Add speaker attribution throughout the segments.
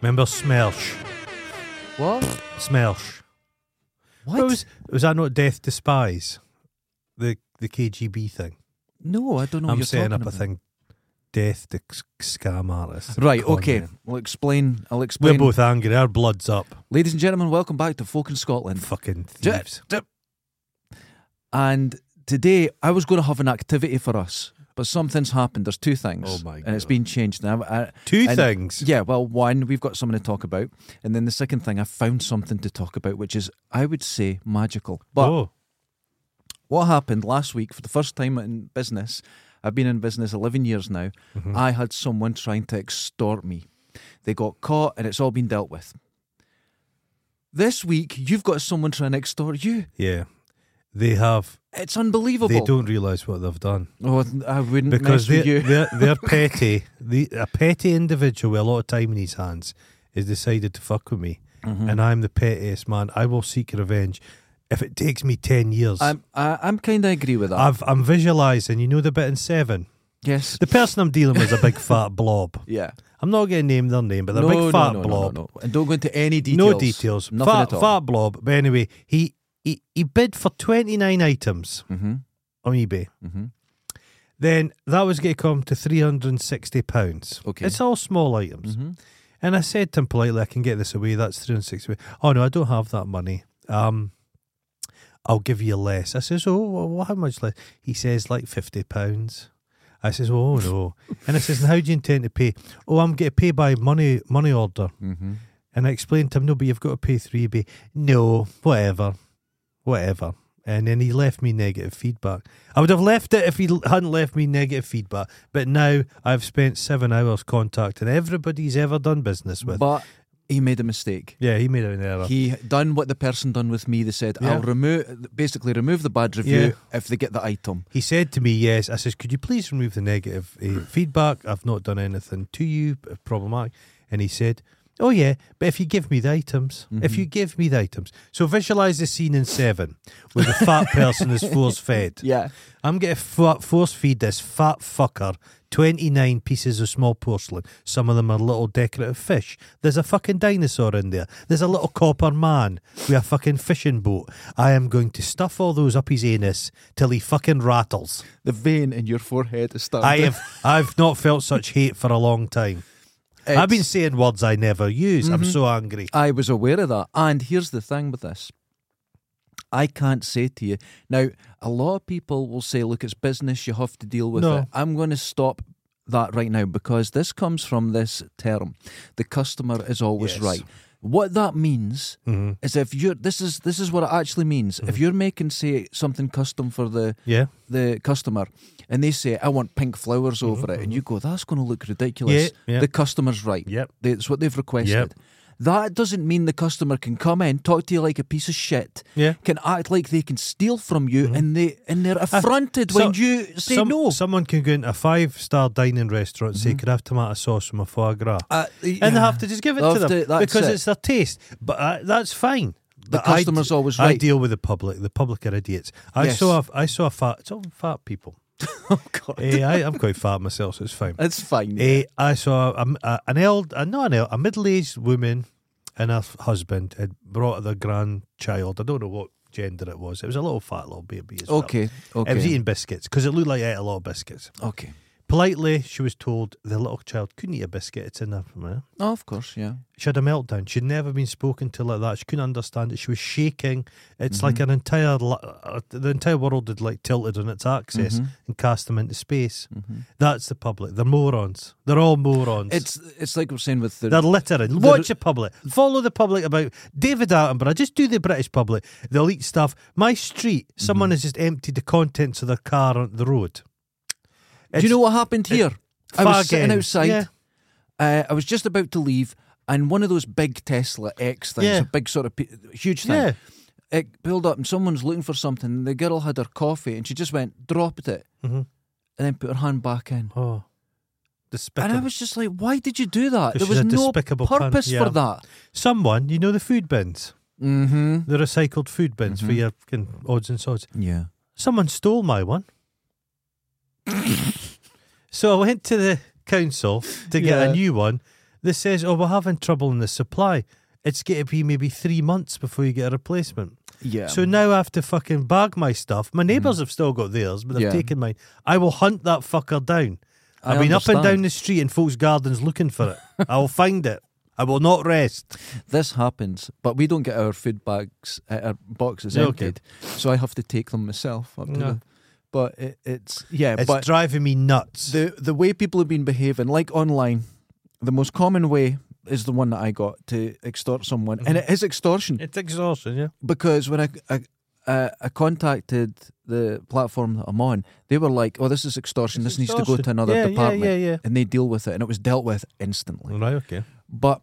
Speaker 1: Remember Smersh?
Speaker 2: What?
Speaker 1: Smersh.
Speaker 2: What?
Speaker 1: Was, was that not Death Despise? The the KGB thing.
Speaker 2: no, I don't know. what
Speaker 1: I'm
Speaker 2: you're
Speaker 1: setting
Speaker 2: talking
Speaker 1: up
Speaker 2: about.
Speaker 1: a thing. Death to c- scam artist.
Speaker 2: Right.
Speaker 1: Con
Speaker 2: Okay.
Speaker 1: man.
Speaker 2: I'll explain. I'll explain.
Speaker 1: We're both angry. Our blood's up.
Speaker 2: Ladies and gentlemen, welcome back to Folk in Scotland.
Speaker 1: Fucking
Speaker 2: Ju-
Speaker 1: thieves.
Speaker 2: ju- And today I was going to have an activity for us, but something's happened. There's two things.
Speaker 1: Oh my
Speaker 2: And it's
Speaker 1: God.
Speaker 2: been changed now. I,
Speaker 1: Two
Speaker 2: and-
Speaker 1: things.
Speaker 2: Yeah, well, one, we've got something to talk about. And then the second thing, I found something to talk about, which is, I would say, magical. But
Speaker 1: oh,
Speaker 2: what happened last week for the first time in business, I've been in business 11 years now,
Speaker 1: Mm-hmm.
Speaker 2: I had someone trying to extort me. They got caught and it's all been dealt with. This week, you've got someone trying to extort you.
Speaker 1: yeah. They have.
Speaker 2: It's unbelievable.
Speaker 1: They don't realise what they've done
Speaker 2: Oh, I- I wouldn't
Speaker 1: because
Speaker 2: mess
Speaker 1: they're,
Speaker 2: with you.
Speaker 1: they're they're petty. The a petty individual with a lot of time in his hands has decided to fuck with me,
Speaker 2: Mm-hmm.
Speaker 1: and I'm the pettiest man. I will seek revenge if it takes me ten years.
Speaker 2: I'm, I, I'm kind of agree with that.
Speaker 1: I've I'm visualising. You know the bit in Seven.
Speaker 2: yes.
Speaker 1: The person I'm dealing with is a big fat blob.
Speaker 2: Yeah.
Speaker 1: I'm not going to name their name, but they're a big fat
Speaker 2: no,
Speaker 1: blob.
Speaker 2: No, no, no. And don't go into any details.
Speaker 1: No details.
Speaker 2: Nothing
Speaker 1: fat,
Speaker 2: at all.
Speaker 1: fat blob. But anyway, he, he he bid for 29 items
Speaker 2: Mhm.
Speaker 1: on eBay.
Speaker 2: Mhm.
Speaker 1: Then that was going to come to 360 pounds.
Speaker 2: Okay.
Speaker 1: It's all small items. And I said to him politely, I can get this away. That's 360. Oh no, I don't have that money. Um I'll give you less. I says, "Oh, wh- wh- how much less?" He says, "Like 50 pounds." I says, "Oh no." and I says, "And "How do you intend to pay?" "Oh, I'm going to pay by money money order."
Speaker 2: Mhm.
Speaker 1: And I explained to him, no, but you've got to pay 3B. No, whatever. Whatever. And then he left me negative feedback. I would have left it if he l- hadn't left me negative feedback. But now I've spent seven hours contacting everybody he's ever done business with.
Speaker 2: But he made a mistake.
Speaker 1: yeah, he made an error.
Speaker 2: He done what the person done with me. They said,
Speaker 1: Yeah.
Speaker 2: "I'll remove, basically remove the bad review
Speaker 1: Yeah.
Speaker 2: if they get the item."
Speaker 1: He said to me, "Yes." I says, "Could you please remove the negative uh, feedback? I've not done anything to you uh, problematic." And he said, "Oh yeah, but if you give me the items, if you give me the items, so visualize the scene in Seven where the fat person is force fed.
Speaker 2: Yeah.
Speaker 1: I'm going to fa- force feed this fat fucker 29 pieces of small porcelain. Some of them are little decorative fish. There's a fucking dinosaur in there. There's a little copper man with a fucking fishing boat. I am going to stuff all those up his anus till he fucking rattles.
Speaker 2: The vein in your forehead is starting.
Speaker 1: I have I've not felt such hate for a long time. I've been saying words I never use.
Speaker 2: Mm-hmm.
Speaker 1: I'm so angry.
Speaker 2: I was aware of that. And here's the thing with this. I can't say to you now. A lot of people will say, "Look, it's business. You have to deal with
Speaker 1: No.
Speaker 2: it." I'm going to stop that right now because this comes from this term: the customer is always
Speaker 1: Yes. Mm-hmm.
Speaker 2: right. What that means is if you're this is this is what it actually means. If you're making say something custom for the
Speaker 1: Yeah.
Speaker 2: the customer and they say, I want pink flowers over it, and you go, that's going to look ridiculous.
Speaker 1: Mm-hmm, Yeah, yeah.
Speaker 2: The customer's right.
Speaker 1: Yep.
Speaker 2: That's what they've requested.
Speaker 1: Yep.
Speaker 2: That doesn't mean the customer can come in, talk to you like a piece of shit,
Speaker 1: Yeah. Mm-hmm. Uh,
Speaker 2: can act like they can steal from you, and they and they're affronted
Speaker 1: so-
Speaker 2: when you say
Speaker 1: Some-
Speaker 2: no. Mm-hmm.
Speaker 1: Someone can go into a five star dining restaurant and say, Could I have tomato sauce from a foie gras?
Speaker 2: Uh, yeah.
Speaker 1: and they have to just give it
Speaker 2: They
Speaker 1: to
Speaker 2: have
Speaker 1: them
Speaker 2: to- that's
Speaker 1: because
Speaker 2: it.
Speaker 1: it's their taste. But uh, that's fine.
Speaker 2: The
Speaker 1: But I d-
Speaker 2: customer's always
Speaker 1: I
Speaker 2: right.
Speaker 1: deal with the public. The public are idiots. I
Speaker 2: Yes.
Speaker 1: saw. A, I saw a fat. It's all fat people.
Speaker 2: oh god,
Speaker 1: Eh, I, I'm quite fat myself, so it's fine.
Speaker 2: it's fine.
Speaker 1: Eh, I saw a, a, an eld, uh, not an eld, a middle-aged woman and her f- husband had brought their grandchild. I don't know what gender it was. It was a little fat little baby. As well.
Speaker 2: okay,
Speaker 1: It was
Speaker 2: okay,
Speaker 1: eating biscuits because it looked like it ate a lot of biscuits.
Speaker 2: okay.
Speaker 1: Politely, she was told the little child couldn't eat a biscuit. It's in her mouth.
Speaker 2: Oh, of course, yeah.
Speaker 1: She had a meltdown. She'd never been spoken to like that. She couldn't understand it. She was shaking. It's
Speaker 2: Mm-hmm.
Speaker 1: like an entire li- uh, the entire world had like tilted on its axis
Speaker 2: Mm-hmm.
Speaker 1: and cast them into space. That's the public. They're morons. They're all morons.
Speaker 2: It's it's like we're saying with the
Speaker 1: they're littering. Watch the public. Follow the public about David Attenborough. Just do the British public. They'll eat stuff. My street,
Speaker 2: Mm-hmm.
Speaker 1: someone has just emptied the contents of their car on the road.
Speaker 2: Do you know what happened here? I was sitting
Speaker 1: Fagen.
Speaker 2: outside.
Speaker 1: Yeah.
Speaker 2: Uh, I was just about to leave, and one of those big Tesla X things,
Speaker 1: Yeah.
Speaker 2: a big sort of pe- huge thing,
Speaker 1: Yeah.
Speaker 2: it pulled up, and someone's looking for something. And the girl had her coffee, and she just went, dropped it,
Speaker 1: Mhm.
Speaker 2: and then put her hand back in.
Speaker 1: Oh.
Speaker 2: And I
Speaker 1: Despicable.
Speaker 2: was just like, "Why did you do
Speaker 1: 'Cause
Speaker 2: that? There
Speaker 1: she's
Speaker 2: was
Speaker 1: a
Speaker 2: no
Speaker 1: despicable cunt,
Speaker 2: purpose
Speaker 1: yeah.
Speaker 2: for that."
Speaker 1: Someone, you know the food bins?
Speaker 2: Mm-hmm.
Speaker 1: the recycled food bins for your fucking odds and sods.
Speaker 2: Yeah.
Speaker 1: Someone stole my one. so I went to the council to get
Speaker 2: Yeah.
Speaker 1: a new one. This says, oh, we're having trouble in the supply. It's going to be maybe three months before you get a replacement.
Speaker 2: Yeah.
Speaker 1: So now I have to fucking bag my stuff. My neighbours have still got theirs, but they've
Speaker 2: Mm. Yeah.
Speaker 1: taken mine. I will hunt that fucker down.
Speaker 2: I
Speaker 1: I've been up and
Speaker 2: understand.
Speaker 1: down the street in folks' gardens looking for it. I will find it. I will not rest.
Speaker 2: this happens, but we don't get our food bags, uh, our boxes
Speaker 1: Okay.
Speaker 2: emptied, so I have to take them myself. Up to
Speaker 1: No.
Speaker 2: the, but it, it's yeah,
Speaker 1: It's
Speaker 2: but
Speaker 1: driving me nuts.
Speaker 2: the the way people have been behaving, like online, the most common way is the one that I got to extort someone, and
Speaker 1: Mm-hmm.
Speaker 2: it is extortion
Speaker 1: it's exhausting, yeah.
Speaker 2: because when I, I uh, I contacted the platform that I'm on, they were like, "Oh, this is extortion.
Speaker 1: It's
Speaker 2: this needs to go to
Speaker 1: extortion.
Speaker 2: another
Speaker 1: Yeah, yeah,
Speaker 2: department,"
Speaker 1: yeah, yeah.
Speaker 2: and they deal with it, and it was dealt with instantly.
Speaker 1: Right, okay.
Speaker 2: But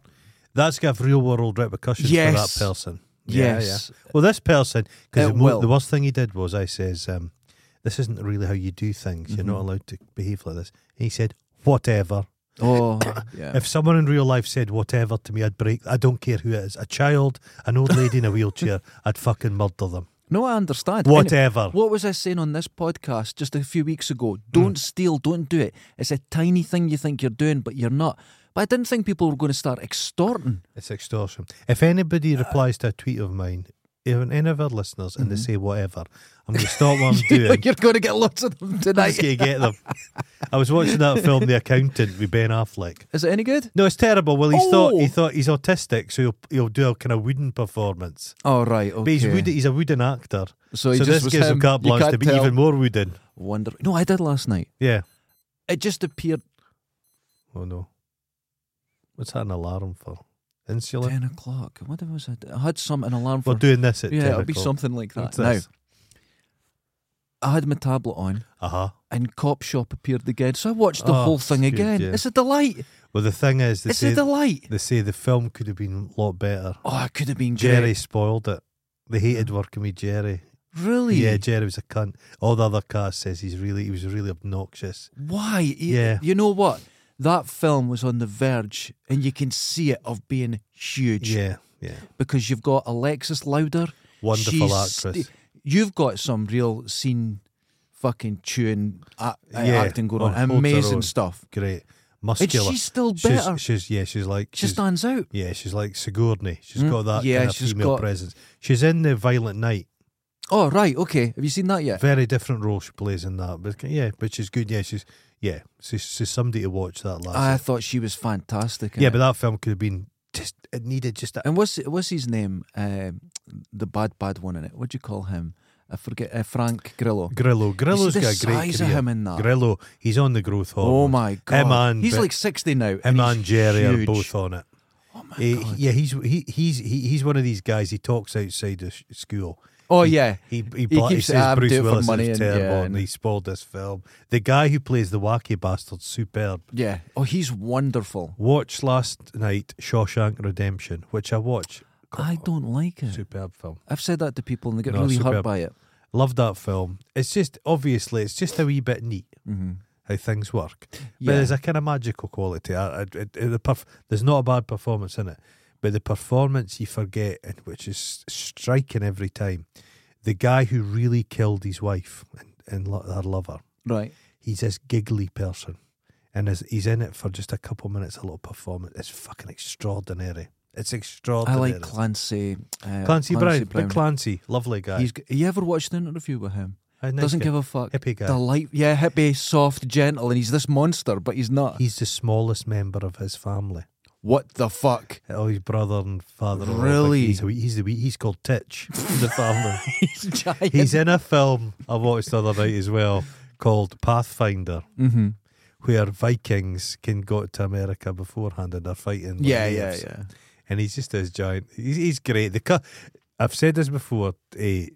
Speaker 1: That's got real world repercussions
Speaker 2: Yes.
Speaker 1: for that person.
Speaker 2: Yes.
Speaker 1: Well, this person, because
Speaker 2: It will.
Speaker 1: the worst thing he did was I says, um, "This isn't really how you do things. You're
Speaker 2: Mm-hmm.
Speaker 1: not allowed to behave like this." And he said, "Whatever."
Speaker 2: oh, yeah,
Speaker 1: If someone in real life said "whatever" to me, I'd break. I don't care who it is—a child, an old lady in a wheelchair. I'd fucking murder them.
Speaker 2: no, I understand. And-
Speaker 1: Whatever.
Speaker 2: What was I saying on this podcast just a few weeks
Speaker 1: Hmm.
Speaker 2: ago? Don't steal, don't do it. It's a tiny thing you think you're doing, but you're not. But I didn't think people were going to start extorting.
Speaker 1: It's extortion. If anybody replies to a tweet of mine, even any of our listeners, and they
Speaker 2: Mm-hmm.
Speaker 1: say "whatever," I'm going to stop what I'm doing.
Speaker 2: you're going to get lots of them
Speaker 1: I'm
Speaker 2: tonight.
Speaker 1: just going to get them. I was watching that film, The Accountant, with Ben Affleck.
Speaker 2: Is it any good?
Speaker 1: No, it's terrible. Well, he's thought he
Speaker 2: Oh.
Speaker 1: thought he's autistic, so he'll he'll do a kind of wooden performance.
Speaker 2: Oh, right.
Speaker 1: But
Speaker 2: Okay.
Speaker 1: he's wooden, he's a wooden actor.
Speaker 2: So he just
Speaker 1: this
Speaker 2: was
Speaker 1: gives him
Speaker 2: him.
Speaker 1: carte
Speaker 2: You
Speaker 1: blanche to
Speaker 2: can't
Speaker 1: be
Speaker 2: tell.
Speaker 1: even more wooden.
Speaker 2: Wonder. No, I did last night.
Speaker 1: Yeah.
Speaker 2: It just appeared
Speaker 1: Oh no. What's that an alarm for? Insulin.
Speaker 2: 10 o'clock. What was I? I had some an alarm for.
Speaker 1: We're doing this at
Speaker 2: yeah,
Speaker 1: 10
Speaker 2: it'll be something like that. Now, I had my tablet on.
Speaker 1: Uh huh.
Speaker 2: And Cop Shop appeared again, so I watched the
Speaker 1: Oh,
Speaker 2: whole thing
Speaker 1: it's good,
Speaker 2: again.
Speaker 1: yeah.
Speaker 2: It's a delight.
Speaker 1: Well, the thing is, they
Speaker 2: It's
Speaker 1: say,
Speaker 2: a delight.
Speaker 1: they say the film could have been a lot better.
Speaker 2: Oh, it could have been
Speaker 1: Jerry
Speaker 2: great.
Speaker 1: spoiled it. They hated working with Jerry.
Speaker 2: Really?
Speaker 1: Yeah, Jerry was a cunt. All the other cast says he's really he was really obnoxious.
Speaker 2: Why? Y-
Speaker 1: Yeah.
Speaker 2: You know what? That film was on the verge, and you can see it of being huge
Speaker 1: Yeah, yeah.
Speaker 2: because you've got Alexis Louder,
Speaker 1: Wonderful
Speaker 2: she's
Speaker 1: actress.
Speaker 2: st- you've got some real scene, fucking chewing a- uh,
Speaker 1: Yeah,
Speaker 2: acting going
Speaker 1: on-
Speaker 2: on,
Speaker 1: holds her own.
Speaker 2: amazing stuff.
Speaker 1: great
Speaker 2: And
Speaker 1: muscular.
Speaker 2: she's still
Speaker 1: She's-
Speaker 2: better.
Speaker 1: She's, yeah, she's like
Speaker 2: she
Speaker 1: she's,
Speaker 2: stands out.
Speaker 1: yeah, she's like Sigourney. She's
Speaker 2: Mm,
Speaker 1: got that
Speaker 2: yeah,
Speaker 1: kind of
Speaker 2: she's
Speaker 1: female
Speaker 2: got-
Speaker 1: presence. She's in the Violent Night.
Speaker 2: Oh right, okay. Have you seen that yet?
Speaker 1: Very different role she plays in that, but yeah, but she's good. Yeah, she's yeah, she's, she's somebody to watch that last.
Speaker 2: I thought she was fantastic. in
Speaker 1: yeah,
Speaker 2: it.
Speaker 1: but that film could have been just it needed just a,
Speaker 2: and what's what's his name? Uh, the bad bad one in it. What do you call him? I forget. Uh, Frank Grillo.
Speaker 1: Grillo. Grillo's
Speaker 2: the
Speaker 1: got a great
Speaker 2: size of
Speaker 1: career.
Speaker 2: him in that.
Speaker 1: Grillo, he's on the growth
Speaker 2: Oh
Speaker 1: hormone.
Speaker 2: my god!
Speaker 1: and
Speaker 2: he's
Speaker 1: Bit-
Speaker 2: like sixty now.
Speaker 1: him
Speaker 2: he's
Speaker 1: and Jerry are
Speaker 2: huge.
Speaker 1: both on it.
Speaker 2: Oh my
Speaker 1: Eh,
Speaker 2: god!
Speaker 1: yeah, he's he, he's he, he's one of these guys. He talks outside of sh- school.
Speaker 2: Oh yeah,
Speaker 1: He he, bla- he
Speaker 2: keeps
Speaker 1: says
Speaker 2: saying, "I'm
Speaker 1: Bruce
Speaker 2: doing it for
Speaker 1: Willis
Speaker 2: money,"
Speaker 1: is
Speaker 2: and-
Speaker 1: terrible,
Speaker 2: yeah,
Speaker 1: and
Speaker 2: and-
Speaker 1: he spoiled this film. The guy who plays the wacky bastard, superb.
Speaker 2: yeah. Oh, he's wonderful.
Speaker 1: Watched last night Shawshank Redemption, which I watch.
Speaker 2: I don't like it.
Speaker 1: Superb film.
Speaker 2: I've said that to people, and they get
Speaker 1: No,
Speaker 2: really
Speaker 1: superb.
Speaker 2: hurt by it.
Speaker 1: Love that film. It's just obviously it's just a wee bit neat how things work, but
Speaker 2: Mm-hmm. Yeah.
Speaker 1: there's a kind of magical quality. I, I, it- it- the perf- there's not a bad performance in it, but the performance you forget, and which is striking every time. The guy who really killed his wife and, and lo- her lover.
Speaker 2: Right.
Speaker 1: he's this giggly person, and is, he's in it for just a couple minutes. A little performance. It's fucking extraordinary. It's
Speaker 2: I
Speaker 1: extraordinary.
Speaker 2: like Clancy. Uh,
Speaker 1: Clancy, Brown,
Speaker 2: Brown.
Speaker 1: Big Clancy, lovely guy.
Speaker 2: He's g- you ever watched an interview with him?
Speaker 1: A nice
Speaker 2: Doesn't
Speaker 1: guy.
Speaker 2: give a fuck.
Speaker 1: hippie guy.
Speaker 2: The light, yeah, hippie, soft, gentle, and he's this monster, but he's not.
Speaker 1: He's the smallest member of his family.
Speaker 2: what the fuck?
Speaker 1: Oh, his brother and father. are all big.
Speaker 2: Really?
Speaker 1: He's, a wee- he's the wee- he's called Titch. in the family.
Speaker 2: He's giant.
Speaker 1: he's in a film I watched the other night as well called Pathfinder,
Speaker 2: mm-hmm.
Speaker 1: where Vikings can go to America beforehand and they're fighting. the
Speaker 2: Yeah, yeah,
Speaker 1: natives.
Speaker 2: yeah.
Speaker 1: and he's just this giant. He's, he's great. The cut. I've said this before. A,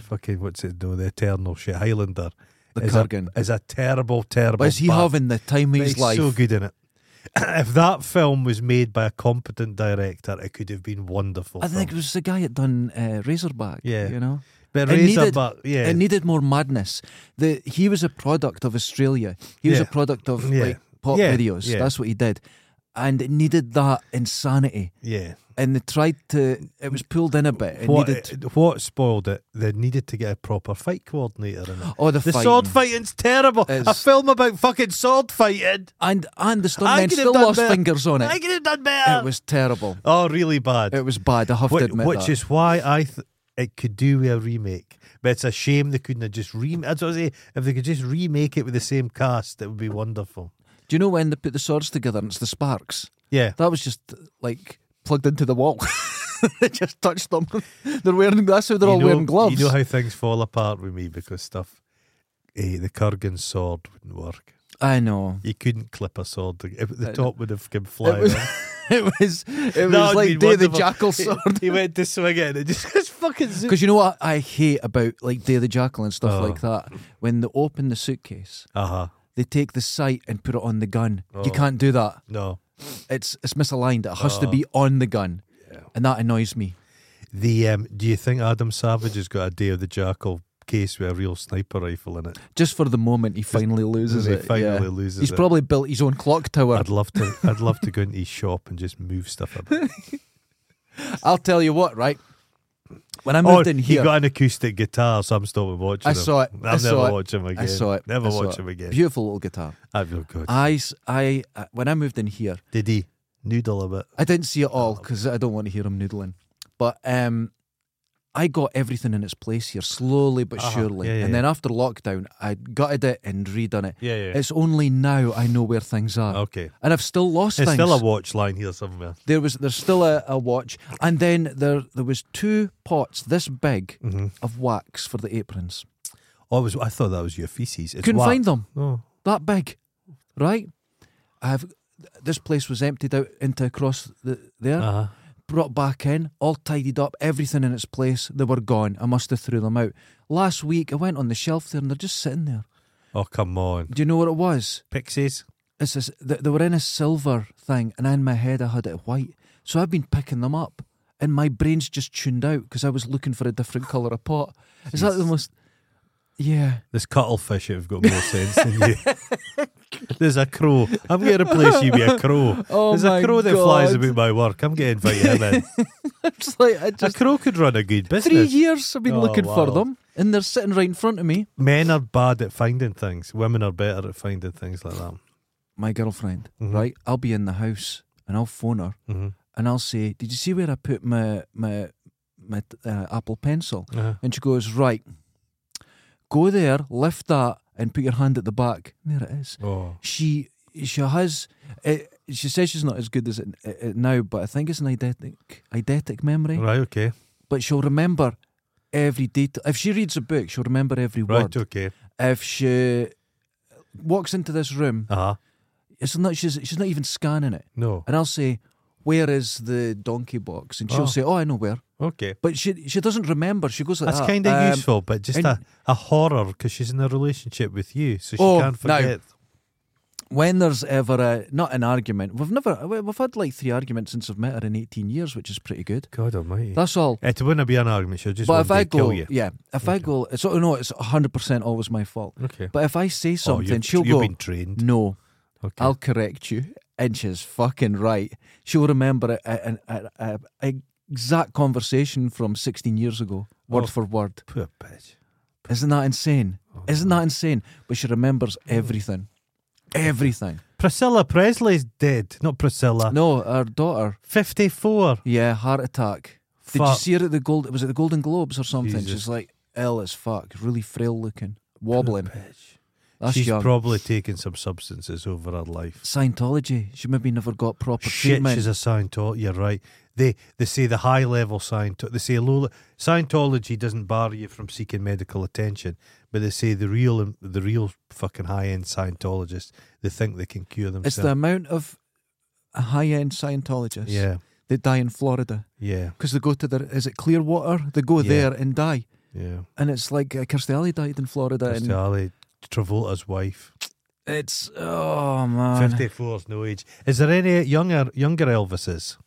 Speaker 1: fucking what's it? No, the Eternal shit. Highlander.
Speaker 2: The
Speaker 1: is a,
Speaker 2: Kurgan.
Speaker 1: is a terrible, terrible.
Speaker 2: But is he
Speaker 1: bad-
Speaker 2: having the time of
Speaker 1: but
Speaker 2: his
Speaker 1: he's
Speaker 2: life?
Speaker 1: so good in it. if that film was made by a competent director, it could have been wonderful.
Speaker 2: I think it
Speaker 1: film.
Speaker 2: was the guy that done uh, Razorback.
Speaker 1: Yeah.
Speaker 2: you know.
Speaker 1: but
Speaker 2: it needed-
Speaker 1: Razorback, yeah,
Speaker 2: It needed more madness. The he was a product of Australia. He was
Speaker 1: Yeah.
Speaker 2: a product of
Speaker 1: Yeah.
Speaker 2: like pop
Speaker 1: Yeah,
Speaker 2: videos.
Speaker 1: yeah.
Speaker 2: That's what he did. and it needed that insanity.
Speaker 1: Yeah.
Speaker 2: And they tried to. It was pulled in a bit. It
Speaker 1: What, uh,
Speaker 2: needed. To,
Speaker 1: what spoiled it? They needed to get a proper fight coordinator in it.
Speaker 2: oh, the,
Speaker 1: uh, The
Speaker 2: fighting.
Speaker 1: sword fighting's terrible. A
Speaker 2: It's-
Speaker 1: film about fucking sword fighting.
Speaker 2: and and the
Speaker 1: I
Speaker 2: stuntmen
Speaker 1: could have
Speaker 2: still
Speaker 1: done
Speaker 2: lost
Speaker 1: better.
Speaker 2: fingers on
Speaker 1: I
Speaker 2: it.
Speaker 1: could have done
Speaker 2: It
Speaker 1: better.
Speaker 2: was terrible.
Speaker 1: oh, really bad.
Speaker 2: It was bad. I have
Speaker 1: Whi-
Speaker 2: to admit
Speaker 1: which
Speaker 2: that.
Speaker 1: is why I th- it could do with a remake. But it's a shame they couldn't have just remade. That's what I say. If they could just remake it with the same cast, it would be wonderful.
Speaker 2: Do you know when they put the swords together and it's the sparks?
Speaker 1: Yeah.
Speaker 2: That was just like plugged into the wall. they just touched them. They're wearing. That's how they're all
Speaker 1: you know,
Speaker 2: wearing gloves.
Speaker 1: You know how things fall apart with me because stuff. Eh, the Kurgan sword wouldn't work.
Speaker 2: I know.
Speaker 1: You couldn't clip a sword. to- if The
Speaker 2: I
Speaker 1: top would have come
Speaker 2: It
Speaker 1: flying.
Speaker 2: was.
Speaker 1: off.
Speaker 2: It was. It
Speaker 1: That
Speaker 2: was
Speaker 1: would
Speaker 2: like
Speaker 1: be
Speaker 2: Day of the
Speaker 1: wonderful.
Speaker 2: Jackal
Speaker 1: He-
Speaker 2: sword.
Speaker 1: He, went to swing it and it just, just fucking zoom.
Speaker 2: Because you know what I hate about like Day of the Jackal and stuff
Speaker 1: Oh.
Speaker 2: like that? When they open the suitcase,
Speaker 1: Uh huh.
Speaker 2: they take the sight and put it on the gun.
Speaker 1: Oh.
Speaker 2: You can't do that.
Speaker 1: No.
Speaker 2: It's it's misaligned. It has to
Speaker 1: Oh.
Speaker 2: be on the gun. And that annoys me.
Speaker 1: The um, do you think Adam Savage has got a Day of the Jackal case with a real sniper rifle in it?
Speaker 2: Just for the moment he finally loses
Speaker 1: he
Speaker 2: it.
Speaker 1: finally
Speaker 2: yeah.
Speaker 1: loses
Speaker 2: He's
Speaker 1: it.
Speaker 2: probably built his own clock tower.
Speaker 1: I'd love to. I'd love to go into his shop and just move stuff about.
Speaker 2: I'll tell you what, right? When I
Speaker 1: Oh,
Speaker 2: moved in
Speaker 1: he
Speaker 2: here,
Speaker 1: got an acoustic guitar, so I'm stopping watching.
Speaker 2: I
Speaker 1: him.
Speaker 2: saw it.
Speaker 1: I'll
Speaker 2: I
Speaker 1: never
Speaker 2: saw it.
Speaker 1: watch him again.
Speaker 2: I saw it.
Speaker 1: Never
Speaker 2: I saw
Speaker 1: watch
Speaker 2: it.
Speaker 1: him again.
Speaker 2: Beautiful little guitar.
Speaker 1: I feel good.
Speaker 2: I, s- I, I- when I moved in here,
Speaker 1: Did he noodle a bit?
Speaker 2: I didn't see it all because I don't want to hear him noodling. But um, I got everything in its place here, slowly but
Speaker 1: Uh-huh.
Speaker 2: surely.
Speaker 1: Yeah, yeah,
Speaker 2: and then after lockdown, I gutted it and redone it.
Speaker 1: Yeah, yeah.
Speaker 2: It's only now I know where things are,
Speaker 1: okay.
Speaker 2: and I've still lost
Speaker 1: There's
Speaker 2: things.
Speaker 1: still a watch line here somewhere.
Speaker 2: there was there's still a, a watch, and then there there was two pots this big of wax for the aprons.
Speaker 1: Mm-hmm. Oh, it was, I thought that was your feces. It's
Speaker 2: Couldn't
Speaker 1: wax.
Speaker 2: find them.
Speaker 1: Oh.
Speaker 2: that big, right? I've this place was emptied out into across the there,
Speaker 1: Uh-huh.
Speaker 2: brought back in, all tidied up, everything in its place. They were gone. I must have threw them out. Last week I went on the shelf there and they're just sitting there.
Speaker 1: Oh, come on.
Speaker 2: Do you know what it was?
Speaker 1: Pixies.
Speaker 2: It's this, they, they were in a silver thing, and in my head I had it white. So I've been picking them up, and my brain's just tuned out because I was looking for a different colour of pot. Is that the most? Yeah.
Speaker 1: This cuttlefish have got more sense than you. There's a crow. I'm going to replace you with a crow.
Speaker 2: Oh
Speaker 1: There's
Speaker 2: my
Speaker 1: a crow that flies
Speaker 2: God.
Speaker 1: about my work. I'm going to invite him in.
Speaker 2: It's like I
Speaker 1: a
Speaker 2: just
Speaker 1: crow could run a good business.
Speaker 2: Three years I've been
Speaker 1: Oh,
Speaker 2: looking for
Speaker 1: wow.
Speaker 2: them, and they're sitting right in front of me.
Speaker 1: Men are bad at finding things. Women are better at finding things like that.
Speaker 2: My girlfriend,
Speaker 1: Mhm.
Speaker 2: right? I'll be in the house, and I'll phone her,
Speaker 1: hmm
Speaker 2: and I'll say, "Did you see where I put my my my uh, Apple Pencil?"
Speaker 1: Uh-huh.
Speaker 2: And she goes, "Right, go there, lift that, and put your hand at the back. And there it is."
Speaker 1: Oh.
Speaker 2: She she has. It, she says she's not as good as it, it, it now, but I think it's an eidetic eidetic memory.
Speaker 1: Right, okay.
Speaker 2: But she'll remember every detail. If she reads a book, she'll remember every word.
Speaker 1: Right, okay.
Speaker 2: if she walks into this room,
Speaker 1: Uh-huh.
Speaker 2: it's not she's she's not even scanning it.
Speaker 1: No.
Speaker 2: And I'll say, "Where is the donkey box?" And she'll
Speaker 1: Oh.
Speaker 2: say, "Oh, I know where."
Speaker 1: Okay.
Speaker 2: But she she doesn't remember. She goes like
Speaker 1: That's
Speaker 2: that.
Speaker 1: kind of
Speaker 2: Um,
Speaker 1: useful, but just
Speaker 2: and-
Speaker 1: a, a horror because she's in a relationship with you, so she
Speaker 2: Oh,
Speaker 1: can't
Speaker 2: now-
Speaker 1: forget.
Speaker 2: When there's ever a not an argument, we've never we- we've had like three arguments since I've met her in eighteen years, which is pretty good.
Speaker 1: God almighty.
Speaker 2: That's all.
Speaker 1: it wouldn't be an argument. She'll just
Speaker 2: but
Speaker 1: one
Speaker 2: if I
Speaker 1: day
Speaker 2: go,
Speaker 1: kill you.
Speaker 2: yeah, if I go, it's oh no, it's hundred percent always my fault.
Speaker 1: Okay.
Speaker 2: But if I say something,
Speaker 1: oh, you've,
Speaker 2: she'll
Speaker 1: you've
Speaker 2: go,
Speaker 1: been trained.
Speaker 2: "No,
Speaker 1: Okay.
Speaker 2: I'll correct you. And she's fucking right. She'll remember a, a, a, a, a exact conversation from 16 years ago, word
Speaker 1: Oh.
Speaker 2: for word.
Speaker 1: Poor bitch.
Speaker 2: Isn't that insane? Isn't that insane? But she remembers everything. Everything.
Speaker 1: Priscilla Presley's dead. Not Priscilla.
Speaker 2: No, her daughter,
Speaker 1: 54.
Speaker 2: yeah, heart attack. Did you
Speaker 1: Fuck.
Speaker 2: see her at the Gold, was it the Golden Globes or something?
Speaker 1: Jesus.
Speaker 2: She's like ill as fuck, really frail looking, wobbling.
Speaker 1: Bitch.
Speaker 2: That's
Speaker 1: She's
Speaker 2: young.
Speaker 1: probably taken some substances over her life.
Speaker 2: Scientology. She maybe never got proper
Speaker 1: Shit,
Speaker 2: treatment.
Speaker 1: she's a Scientologist. You're right. They they say the high level Scientology. They say low le- Scientology doesn't bar you from seeking medical attention, but they say the real the real fucking high end Scientologists they think they can cure
Speaker 2: it's the
Speaker 1: themselves.
Speaker 2: amount of high end Scientologists
Speaker 1: yeah,
Speaker 2: that die in Florida.
Speaker 1: yeah,
Speaker 2: because they go to their is it Clearwater? They go
Speaker 1: Yeah.
Speaker 2: there and die,
Speaker 1: yeah.
Speaker 2: and it's like uh, Kirstie Alley died in Florida,
Speaker 1: Mr. Ali Travolta's wife,
Speaker 2: and it's oh man,
Speaker 1: fifty four is no age. Is there any younger younger Elvises?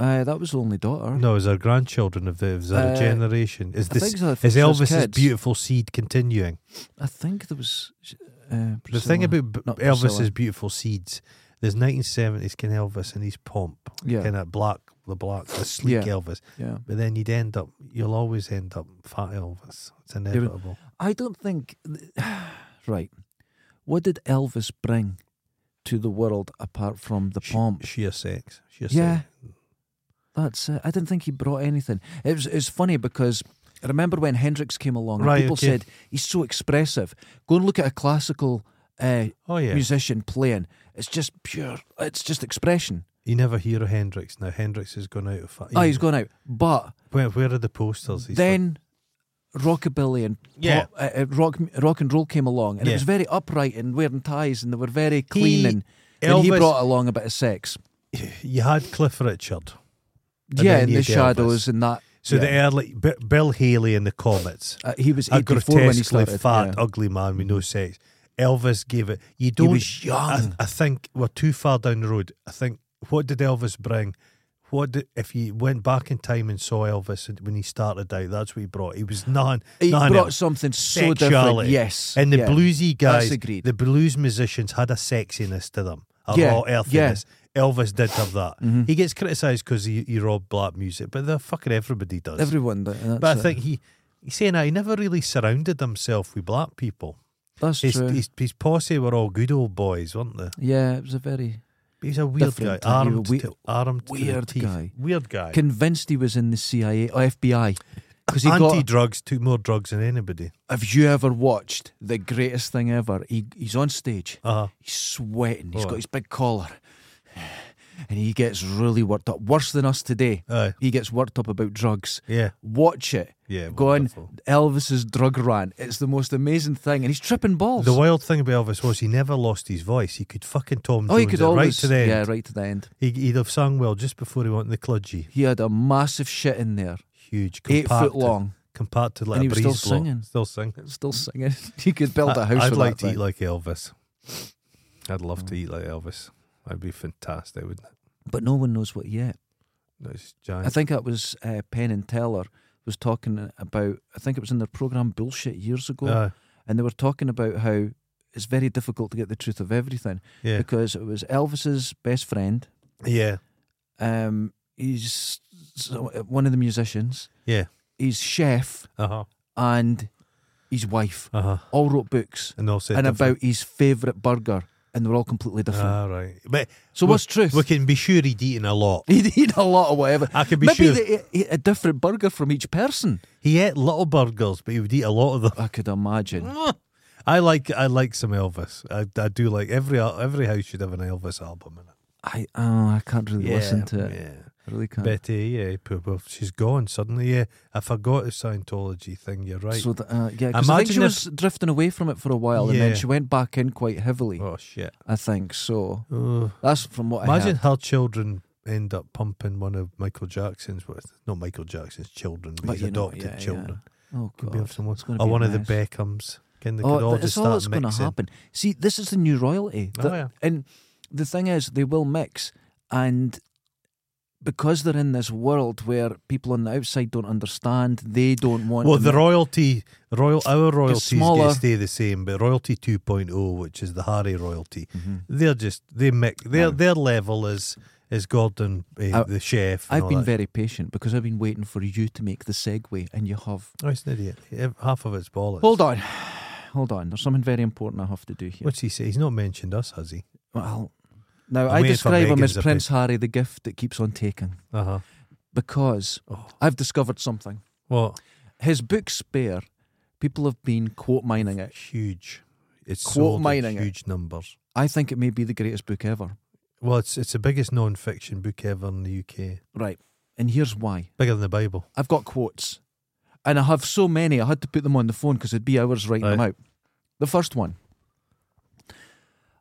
Speaker 2: Aye, Uh, that was the only daughter.
Speaker 1: No, is there grandchildren of the is there
Speaker 2: Uh,
Speaker 1: a generation? Is
Speaker 2: I
Speaker 1: this
Speaker 2: think so, I think
Speaker 1: is
Speaker 2: so, it's
Speaker 1: Elvis's
Speaker 2: kids.
Speaker 1: beautiful seed continuing?
Speaker 2: I think there was uh,
Speaker 1: The thing
Speaker 2: Priscilla.
Speaker 1: about B-
Speaker 2: not
Speaker 1: Elvis's
Speaker 2: Priscilla.
Speaker 1: beautiful seeds There's 1970s Ken Elvis and his pomp,
Speaker 2: Yeah.
Speaker 1: kind of black, the black, the sleek
Speaker 2: Yeah.
Speaker 1: Elvis.
Speaker 2: Yeah.
Speaker 1: But then you'd end up, you'll always end up fat Elvis. It's inevitable.
Speaker 2: I don't think. right. What did Elvis bring to the world apart from the
Speaker 1: Sh-
Speaker 2: pomp?
Speaker 1: sheer sex. Sheer
Speaker 2: Yeah.
Speaker 1: sex.
Speaker 2: That's it. I didn't think he brought anything. It was it's funny because I remember when Hendrix came along,
Speaker 1: Right,
Speaker 2: and people
Speaker 1: okay.
Speaker 2: said he's so expressive. Go and look at a classical uh,
Speaker 1: Oh, yeah.
Speaker 2: musician playing. It's just pure. It's just expression.
Speaker 1: You never hear of Hendrix now. Hendrix has gone out of fat.
Speaker 2: Oh, he's gone out. But
Speaker 1: Where, where are the posters? He's
Speaker 2: then rockabilly and
Speaker 1: Yeah.
Speaker 2: pop, uh, uh, rock rock and roll came along, and
Speaker 1: Yeah.
Speaker 2: it was very upright and wearing ties, and they were very
Speaker 1: He-
Speaker 2: clean. and and he
Speaker 1: Elvis-
Speaker 2: brought along a bit of sex.
Speaker 1: like- you had Cliff Richard. And
Speaker 2: yeah,
Speaker 1: then
Speaker 2: in
Speaker 1: you
Speaker 2: the
Speaker 1: had Elvis.
Speaker 2: shadows and that.
Speaker 1: So
Speaker 2: yeah.
Speaker 1: the early B- Bill Haley and the Comets.
Speaker 2: Uh, he was
Speaker 1: a
Speaker 2: 84 when he
Speaker 1: grotesquely
Speaker 2: started.
Speaker 1: fat,
Speaker 2: yeah.
Speaker 1: ugly man with no sex. Elvis gave it. You don't.
Speaker 2: was young.
Speaker 1: I, I think we're too far down the road. I think what did Elvis bring? What did, if you went back in time and saw Elvis and- when he started out? That's what he brought. He was none.
Speaker 2: He
Speaker 1: none
Speaker 2: brought something so different.
Speaker 1: sexuality.
Speaker 2: Yes.
Speaker 1: And the
Speaker 2: yeah.
Speaker 1: bluesy guys,
Speaker 2: agreed.
Speaker 1: the blues musicians had a sexiness to them, a
Speaker 2: Yeah, Mm-hmm.
Speaker 1: raw earthiness. Elvis did have that. He gets criticised because he, he robbed black music, but the fucking everybody does.
Speaker 2: Everyone. that- That's
Speaker 1: but I
Speaker 2: it.
Speaker 1: think he he's saying that he never really surrounded himself with black people.
Speaker 2: that's
Speaker 1: His,
Speaker 2: true.
Speaker 1: his, his posse were all good old boys, weren't they?
Speaker 2: yeah, it was a very
Speaker 1: But he's a weird
Speaker 2: Different
Speaker 1: guy,
Speaker 2: type. He was
Speaker 1: armed,
Speaker 2: a wee-
Speaker 1: to, armed to the
Speaker 2: weird
Speaker 1: teeth.
Speaker 2: guy.
Speaker 1: weird guy.
Speaker 2: convinced he was in the CIA or FBI because he got
Speaker 1: Anti-drugs, took more drugs than anybody.
Speaker 2: Have you ever watched the greatest thing ever? He, he's on stage.
Speaker 1: Uh-huh.
Speaker 2: He's sweating. He's
Speaker 1: Oh.
Speaker 2: got his big collar. And he gets really worked up. Worse than us today.
Speaker 1: Aye.
Speaker 2: He gets worked up about drugs.
Speaker 1: Yeah,
Speaker 2: Watch it.
Speaker 1: yeah.
Speaker 2: Go on
Speaker 1: wonderful.
Speaker 2: Elvis's drug rant. It's the most amazing thing. And he's tripping balls.
Speaker 1: The wild thing about Elvis was he never lost his voice. He could fucking Tom Jones
Speaker 2: oh, he could
Speaker 1: it
Speaker 2: always.
Speaker 1: right to the end.
Speaker 2: Yeah, right to the end.
Speaker 1: He, he'd have sung well just before he went in the kludgy.
Speaker 2: He had a massive shit in there.
Speaker 1: Huge,
Speaker 2: Eight
Speaker 1: compacted-
Speaker 2: foot long.
Speaker 1: compared to like
Speaker 2: And
Speaker 1: a
Speaker 2: he was
Speaker 1: breeze
Speaker 2: still
Speaker 1: blow.
Speaker 2: singing.
Speaker 1: Still singing.
Speaker 2: Still singing. he could build a house
Speaker 1: I'd
Speaker 2: with
Speaker 1: like
Speaker 2: that
Speaker 1: to
Speaker 2: thing. Oh.
Speaker 1: eat like Elvis. I'd love to eat like Elvis. That'd be fantastic, wouldn't it?
Speaker 2: But no one knows what yet.
Speaker 1: That's
Speaker 2: I
Speaker 1: giant.
Speaker 2: think that was uh, Penn and Teller was talking about. I think it was in their program bullshit years ago,
Speaker 1: Uh,
Speaker 2: and they were talking about how it's very difficult to get the truth of everything
Speaker 1: yeah,
Speaker 2: because it was Elvis's best friend.
Speaker 1: yeah,
Speaker 2: Um, he's so- one of the musicians.
Speaker 1: yeah.
Speaker 2: He's chef
Speaker 1: Uh huh.
Speaker 2: and his wife.
Speaker 1: Uh huh.
Speaker 2: All wrote books
Speaker 1: And also
Speaker 2: and about his favourite burger, and they were all completely different.
Speaker 1: Ah, right. But
Speaker 2: so
Speaker 1: we-
Speaker 2: what's truth?
Speaker 1: we can be sure he'd eaten a lot.
Speaker 2: He'd eat a lot of whatever.
Speaker 1: I can be
Speaker 2: Maybe
Speaker 1: sure
Speaker 2: they ate a different burger from each person.
Speaker 1: he ate little burgers, but he would eat a lot of them.
Speaker 2: I could imagine.
Speaker 1: I like I like some Elvis. I, I do like every al- every house should have an Elvis album in it.
Speaker 2: I oh, I can't really listen to it.
Speaker 1: Yeah.
Speaker 2: I really can't.
Speaker 1: Betty, yeah, poor, well, she's gone suddenly. Yeah, I forgot the Scientology thing. You're right.
Speaker 2: So the, uh, yeah, 'cause I think
Speaker 1: Imagine
Speaker 2: she
Speaker 1: if-
Speaker 2: was drifting away from it for a while, and
Speaker 1: Yeah.
Speaker 2: then she went back in quite heavily.
Speaker 1: oh shit!
Speaker 2: I think so.
Speaker 1: Oh.
Speaker 2: That's from what
Speaker 1: Imagine
Speaker 2: I
Speaker 1: her children end up pumping one of Michael Jackson's, well, it's not Michael Jackson's children, but,
Speaker 2: But
Speaker 1: his
Speaker 2: you know,
Speaker 1: adopted
Speaker 2: yeah, yeah.
Speaker 1: children.
Speaker 2: heard. Oh
Speaker 1: Could be of
Speaker 2: god,
Speaker 1: someone,
Speaker 2: it's gonna
Speaker 1: or
Speaker 2: be
Speaker 1: one of
Speaker 2: nice.
Speaker 1: the Beckhams. Can they could
Speaker 2: oh,
Speaker 1: all
Speaker 2: that's
Speaker 1: just
Speaker 2: all
Speaker 1: start
Speaker 2: that's going to
Speaker 1: mixing?
Speaker 2: happen. See, this is the new royalty,
Speaker 1: Oh,
Speaker 2: The-
Speaker 1: yeah.
Speaker 2: and the thing is, they will mix, and because they're in this world where people on the outside don't understand, they don't want.
Speaker 1: Well,
Speaker 2: to
Speaker 1: the
Speaker 2: mix.
Speaker 1: royalty, royal, our royalties
Speaker 2: smaller.
Speaker 1: get stay the same, but royalty 2.0, which is the Harry royalty, they're just they mix. Their
Speaker 2: Oh.
Speaker 1: their level is is Gordon, eh,
Speaker 2: I-
Speaker 1: the chef. and
Speaker 2: I've
Speaker 1: all
Speaker 2: been
Speaker 1: that
Speaker 2: very patient because I've been waiting for you to make the segue, and you have.
Speaker 1: Oh, it's an idiot. Yeah, Half of it's bollocks.
Speaker 2: Hold on, hold on. There's something very important I have to do here.
Speaker 1: What's he say? He's not mentioned us, has he?
Speaker 2: Well, now
Speaker 1: I'm
Speaker 2: i
Speaker 1: waiting for
Speaker 2: describe him
Speaker 1: Megan's
Speaker 2: as Prince Harry, the gift that keeps on taking,
Speaker 1: Uh huh.
Speaker 2: because
Speaker 1: Oh.
Speaker 2: I've discovered something.
Speaker 1: What?
Speaker 2: His book Spare, people have been quote mining it.
Speaker 1: Huge. It's
Speaker 2: Quote
Speaker 1: sold in
Speaker 2: mining it.
Speaker 1: huge numbers.
Speaker 2: I think it may be the greatest book ever.
Speaker 1: Well, it's it's the biggest non-fiction book ever in the UK,
Speaker 2: Right, and here's why.
Speaker 1: bigger than the Bible.
Speaker 2: I've got quotes, and I have so many. I had to put them on the phone because it'd be hours writing them
Speaker 1: Aye.
Speaker 2: out. The first one.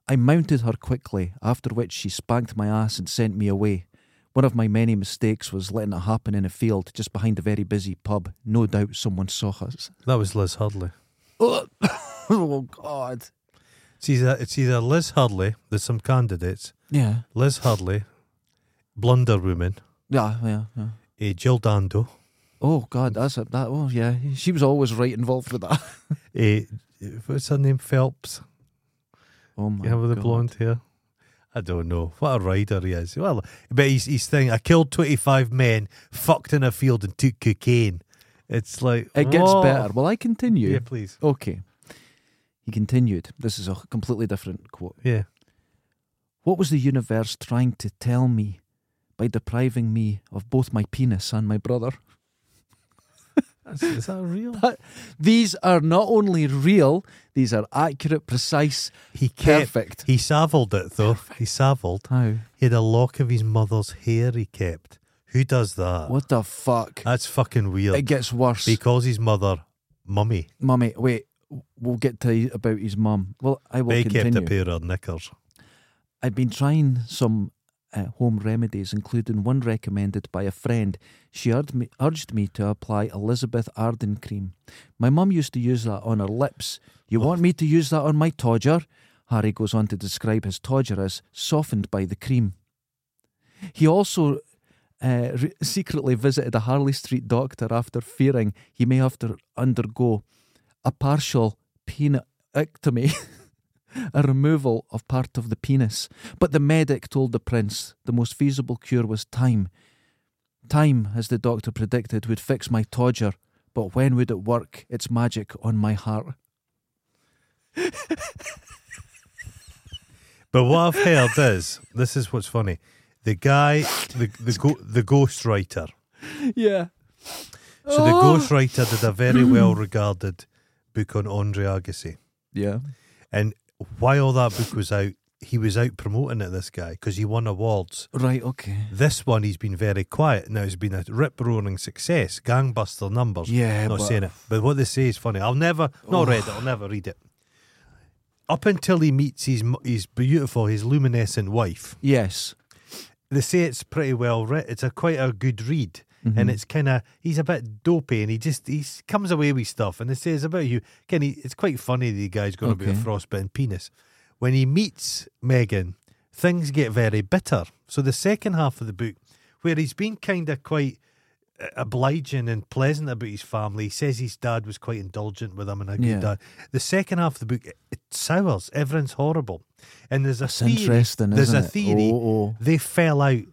Speaker 2: I mounted her quickly, after which she spanked my ass and sent me away. One of my many mistakes was letting it happen in a field just behind a very busy pub. No doubt someone saw us.
Speaker 1: That was Liz Hurley.
Speaker 2: oh, God.
Speaker 1: It's either it's either Liz Hurley. There's some candidates.
Speaker 2: Yeah.
Speaker 1: Liz Hurley, Blunder Woman,
Speaker 2: Yeah, yeah, yeah.
Speaker 1: eh, Jill Dando,
Speaker 2: Oh, God, that's it. That, oh, yeah. She was always right involved with that.
Speaker 1: eh, what's her name? Phelps.
Speaker 2: Oh, my
Speaker 1: yeah, with the
Speaker 2: God.
Speaker 1: blonde hair. I don't know. What a rider he is. Well, but he's, he's thing. I killed 25 men, fucked in a field, and took cocaine. It's like.
Speaker 2: It gets
Speaker 1: whoa.
Speaker 2: better. Will I continue?
Speaker 1: Yeah, please.
Speaker 2: Okay. He continued. This is a completely different quote.
Speaker 1: Yeah.
Speaker 2: What was the universe trying to tell me by depriving me of both my penis and my brother?
Speaker 1: That's, is that real?
Speaker 2: These are not only real, these are accurate, precise,
Speaker 1: He kept.
Speaker 2: perfect.
Speaker 1: He savilled it, though. He savilled.
Speaker 2: How?
Speaker 1: He had a lock of his mother's hair he kept. Who does that?
Speaker 2: What the fuck?
Speaker 1: That's fucking
Speaker 2: It
Speaker 1: weird.
Speaker 2: gets worse.
Speaker 1: He calls his mother mummy.
Speaker 2: Mummy, wait. We'll get to about his mum. Well, I will
Speaker 1: They
Speaker 2: continue.
Speaker 1: kept a pair of knickers.
Speaker 2: I've been trying some uh, home remedies, including one recommended by a friend. She urged me, urged me to apply Elizabeth Arden cream. My mum used to use that on her lips. You want me to use that on my todger? Harry goes on to describe his todger as softened by the cream. He also uh, re- secretly visited a Harley Street doctor after fearing he may have to undergo a partial penectomy, a removal of part of the penis. But the medic told the prince the most feasible cure was time. Time, as the doctor predicted, would fix my todger, but when would it work its magic on my heart?
Speaker 1: But what I've heard is this is what's funny. The guy, the the go, the ghostwriter.
Speaker 2: Yeah.
Speaker 1: So the
Speaker 2: Oh.
Speaker 1: ghostwriter did a very well regarded book on Andre Agassi,
Speaker 2: Yeah.
Speaker 1: and while that book was out, he was out promoting it. This guy because he won awards.
Speaker 2: Right, okay.
Speaker 1: This one he's been very quiet. Now it's been a rip roaring success, gangbuster numbers.
Speaker 2: Yeah,
Speaker 1: not
Speaker 2: but- Oh.
Speaker 1: saying it, but what they say is funny. I'll never not read it. I'll never read it. Up until he meets his mu- his beautiful, his luminescent wife.
Speaker 2: Yes.
Speaker 1: they say it's pretty well writ. It's a quite a good read,
Speaker 2: Mm-hmm.
Speaker 1: and it's kind of he's a bit dopey, and he just he s- comes away with stuff. And they say it's about you. Can he? It's quite funny. The guy's going to be a
Speaker 2: Okay.
Speaker 1: frostbitten penis. When he meets Megan, things get very bitter. So the second half of the book, where he's been kind of quite uh, obliging and pleasant about his family, he says his dad was quite indulgent with him and a good
Speaker 2: Yeah.
Speaker 1: dad. The second half of the book, it, it sours. Everything's horrible, and there's a
Speaker 2: It's
Speaker 1: theory.
Speaker 2: interesting,
Speaker 1: there's
Speaker 2: isn't
Speaker 1: a
Speaker 2: it?
Speaker 1: theory
Speaker 2: Oh, oh.
Speaker 1: they fell out.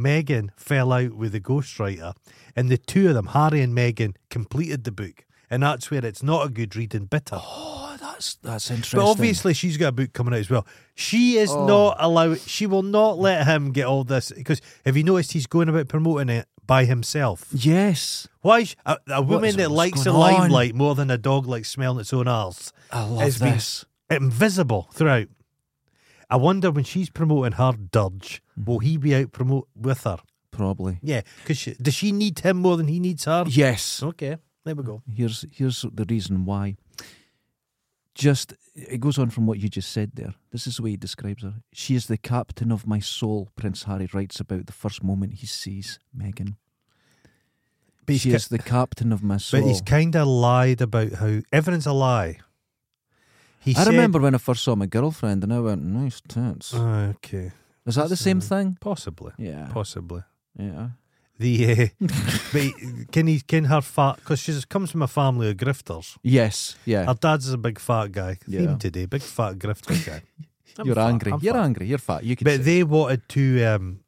Speaker 1: Megan fell out with the ghostwriter, and the two of them, Harry and Megan, completed the book. And that's where it's not a good read and bitter.
Speaker 2: Oh, that's that's interesting. Oh.
Speaker 1: but obviously, she's got a book coming out as well. She is not allowed, she will not let him get all this. Because have you noticed he's going about promoting it by himself?
Speaker 2: Yes.
Speaker 1: Why? sh- A, a
Speaker 2: is-
Speaker 1: woman that
Speaker 2: what's
Speaker 1: likes the
Speaker 2: going on?
Speaker 1: limelight more than a dog likes smelling its own arse
Speaker 2: I love
Speaker 1: It's been-
Speaker 2: this.
Speaker 1: invisible throughout. I wonder when she's promoting her dirge, will he be out promote with her?
Speaker 2: Probably.
Speaker 1: Yeah, because does she need him more than he needs her?
Speaker 2: Yes.
Speaker 1: Okay, there we go.
Speaker 2: Here's here's the reason why. Just it goes on from what you just said there. This is the way he describes her. She is the captain of my soul. Prince Harry writes about the first moment he sees Meghan.
Speaker 1: But he's,
Speaker 2: She
Speaker 1: ki-
Speaker 2: is the captain of my soul.
Speaker 1: but he's kind of lied about how everything's a lie. He
Speaker 2: I
Speaker 1: said-
Speaker 2: remember when I first saw my girlfriend, and I went, "Nice tits."
Speaker 1: Oh, uh, okay,
Speaker 2: Is that the same thing?
Speaker 1: possibly,
Speaker 2: Yeah.
Speaker 1: possibly.
Speaker 2: Yeah.
Speaker 1: The uh, but he- can he can her fat because she comes from a family of grifters.
Speaker 2: Yes. Yeah.
Speaker 1: Her dad's is a big fat guy.
Speaker 2: Yeah.
Speaker 1: Theme today, big fat grifter guy. I'm
Speaker 2: You're
Speaker 1: fat,
Speaker 2: angry.
Speaker 1: I'm
Speaker 2: You're
Speaker 1: fat.
Speaker 2: angry. You're fat. You can.
Speaker 1: But they wanted to. Um,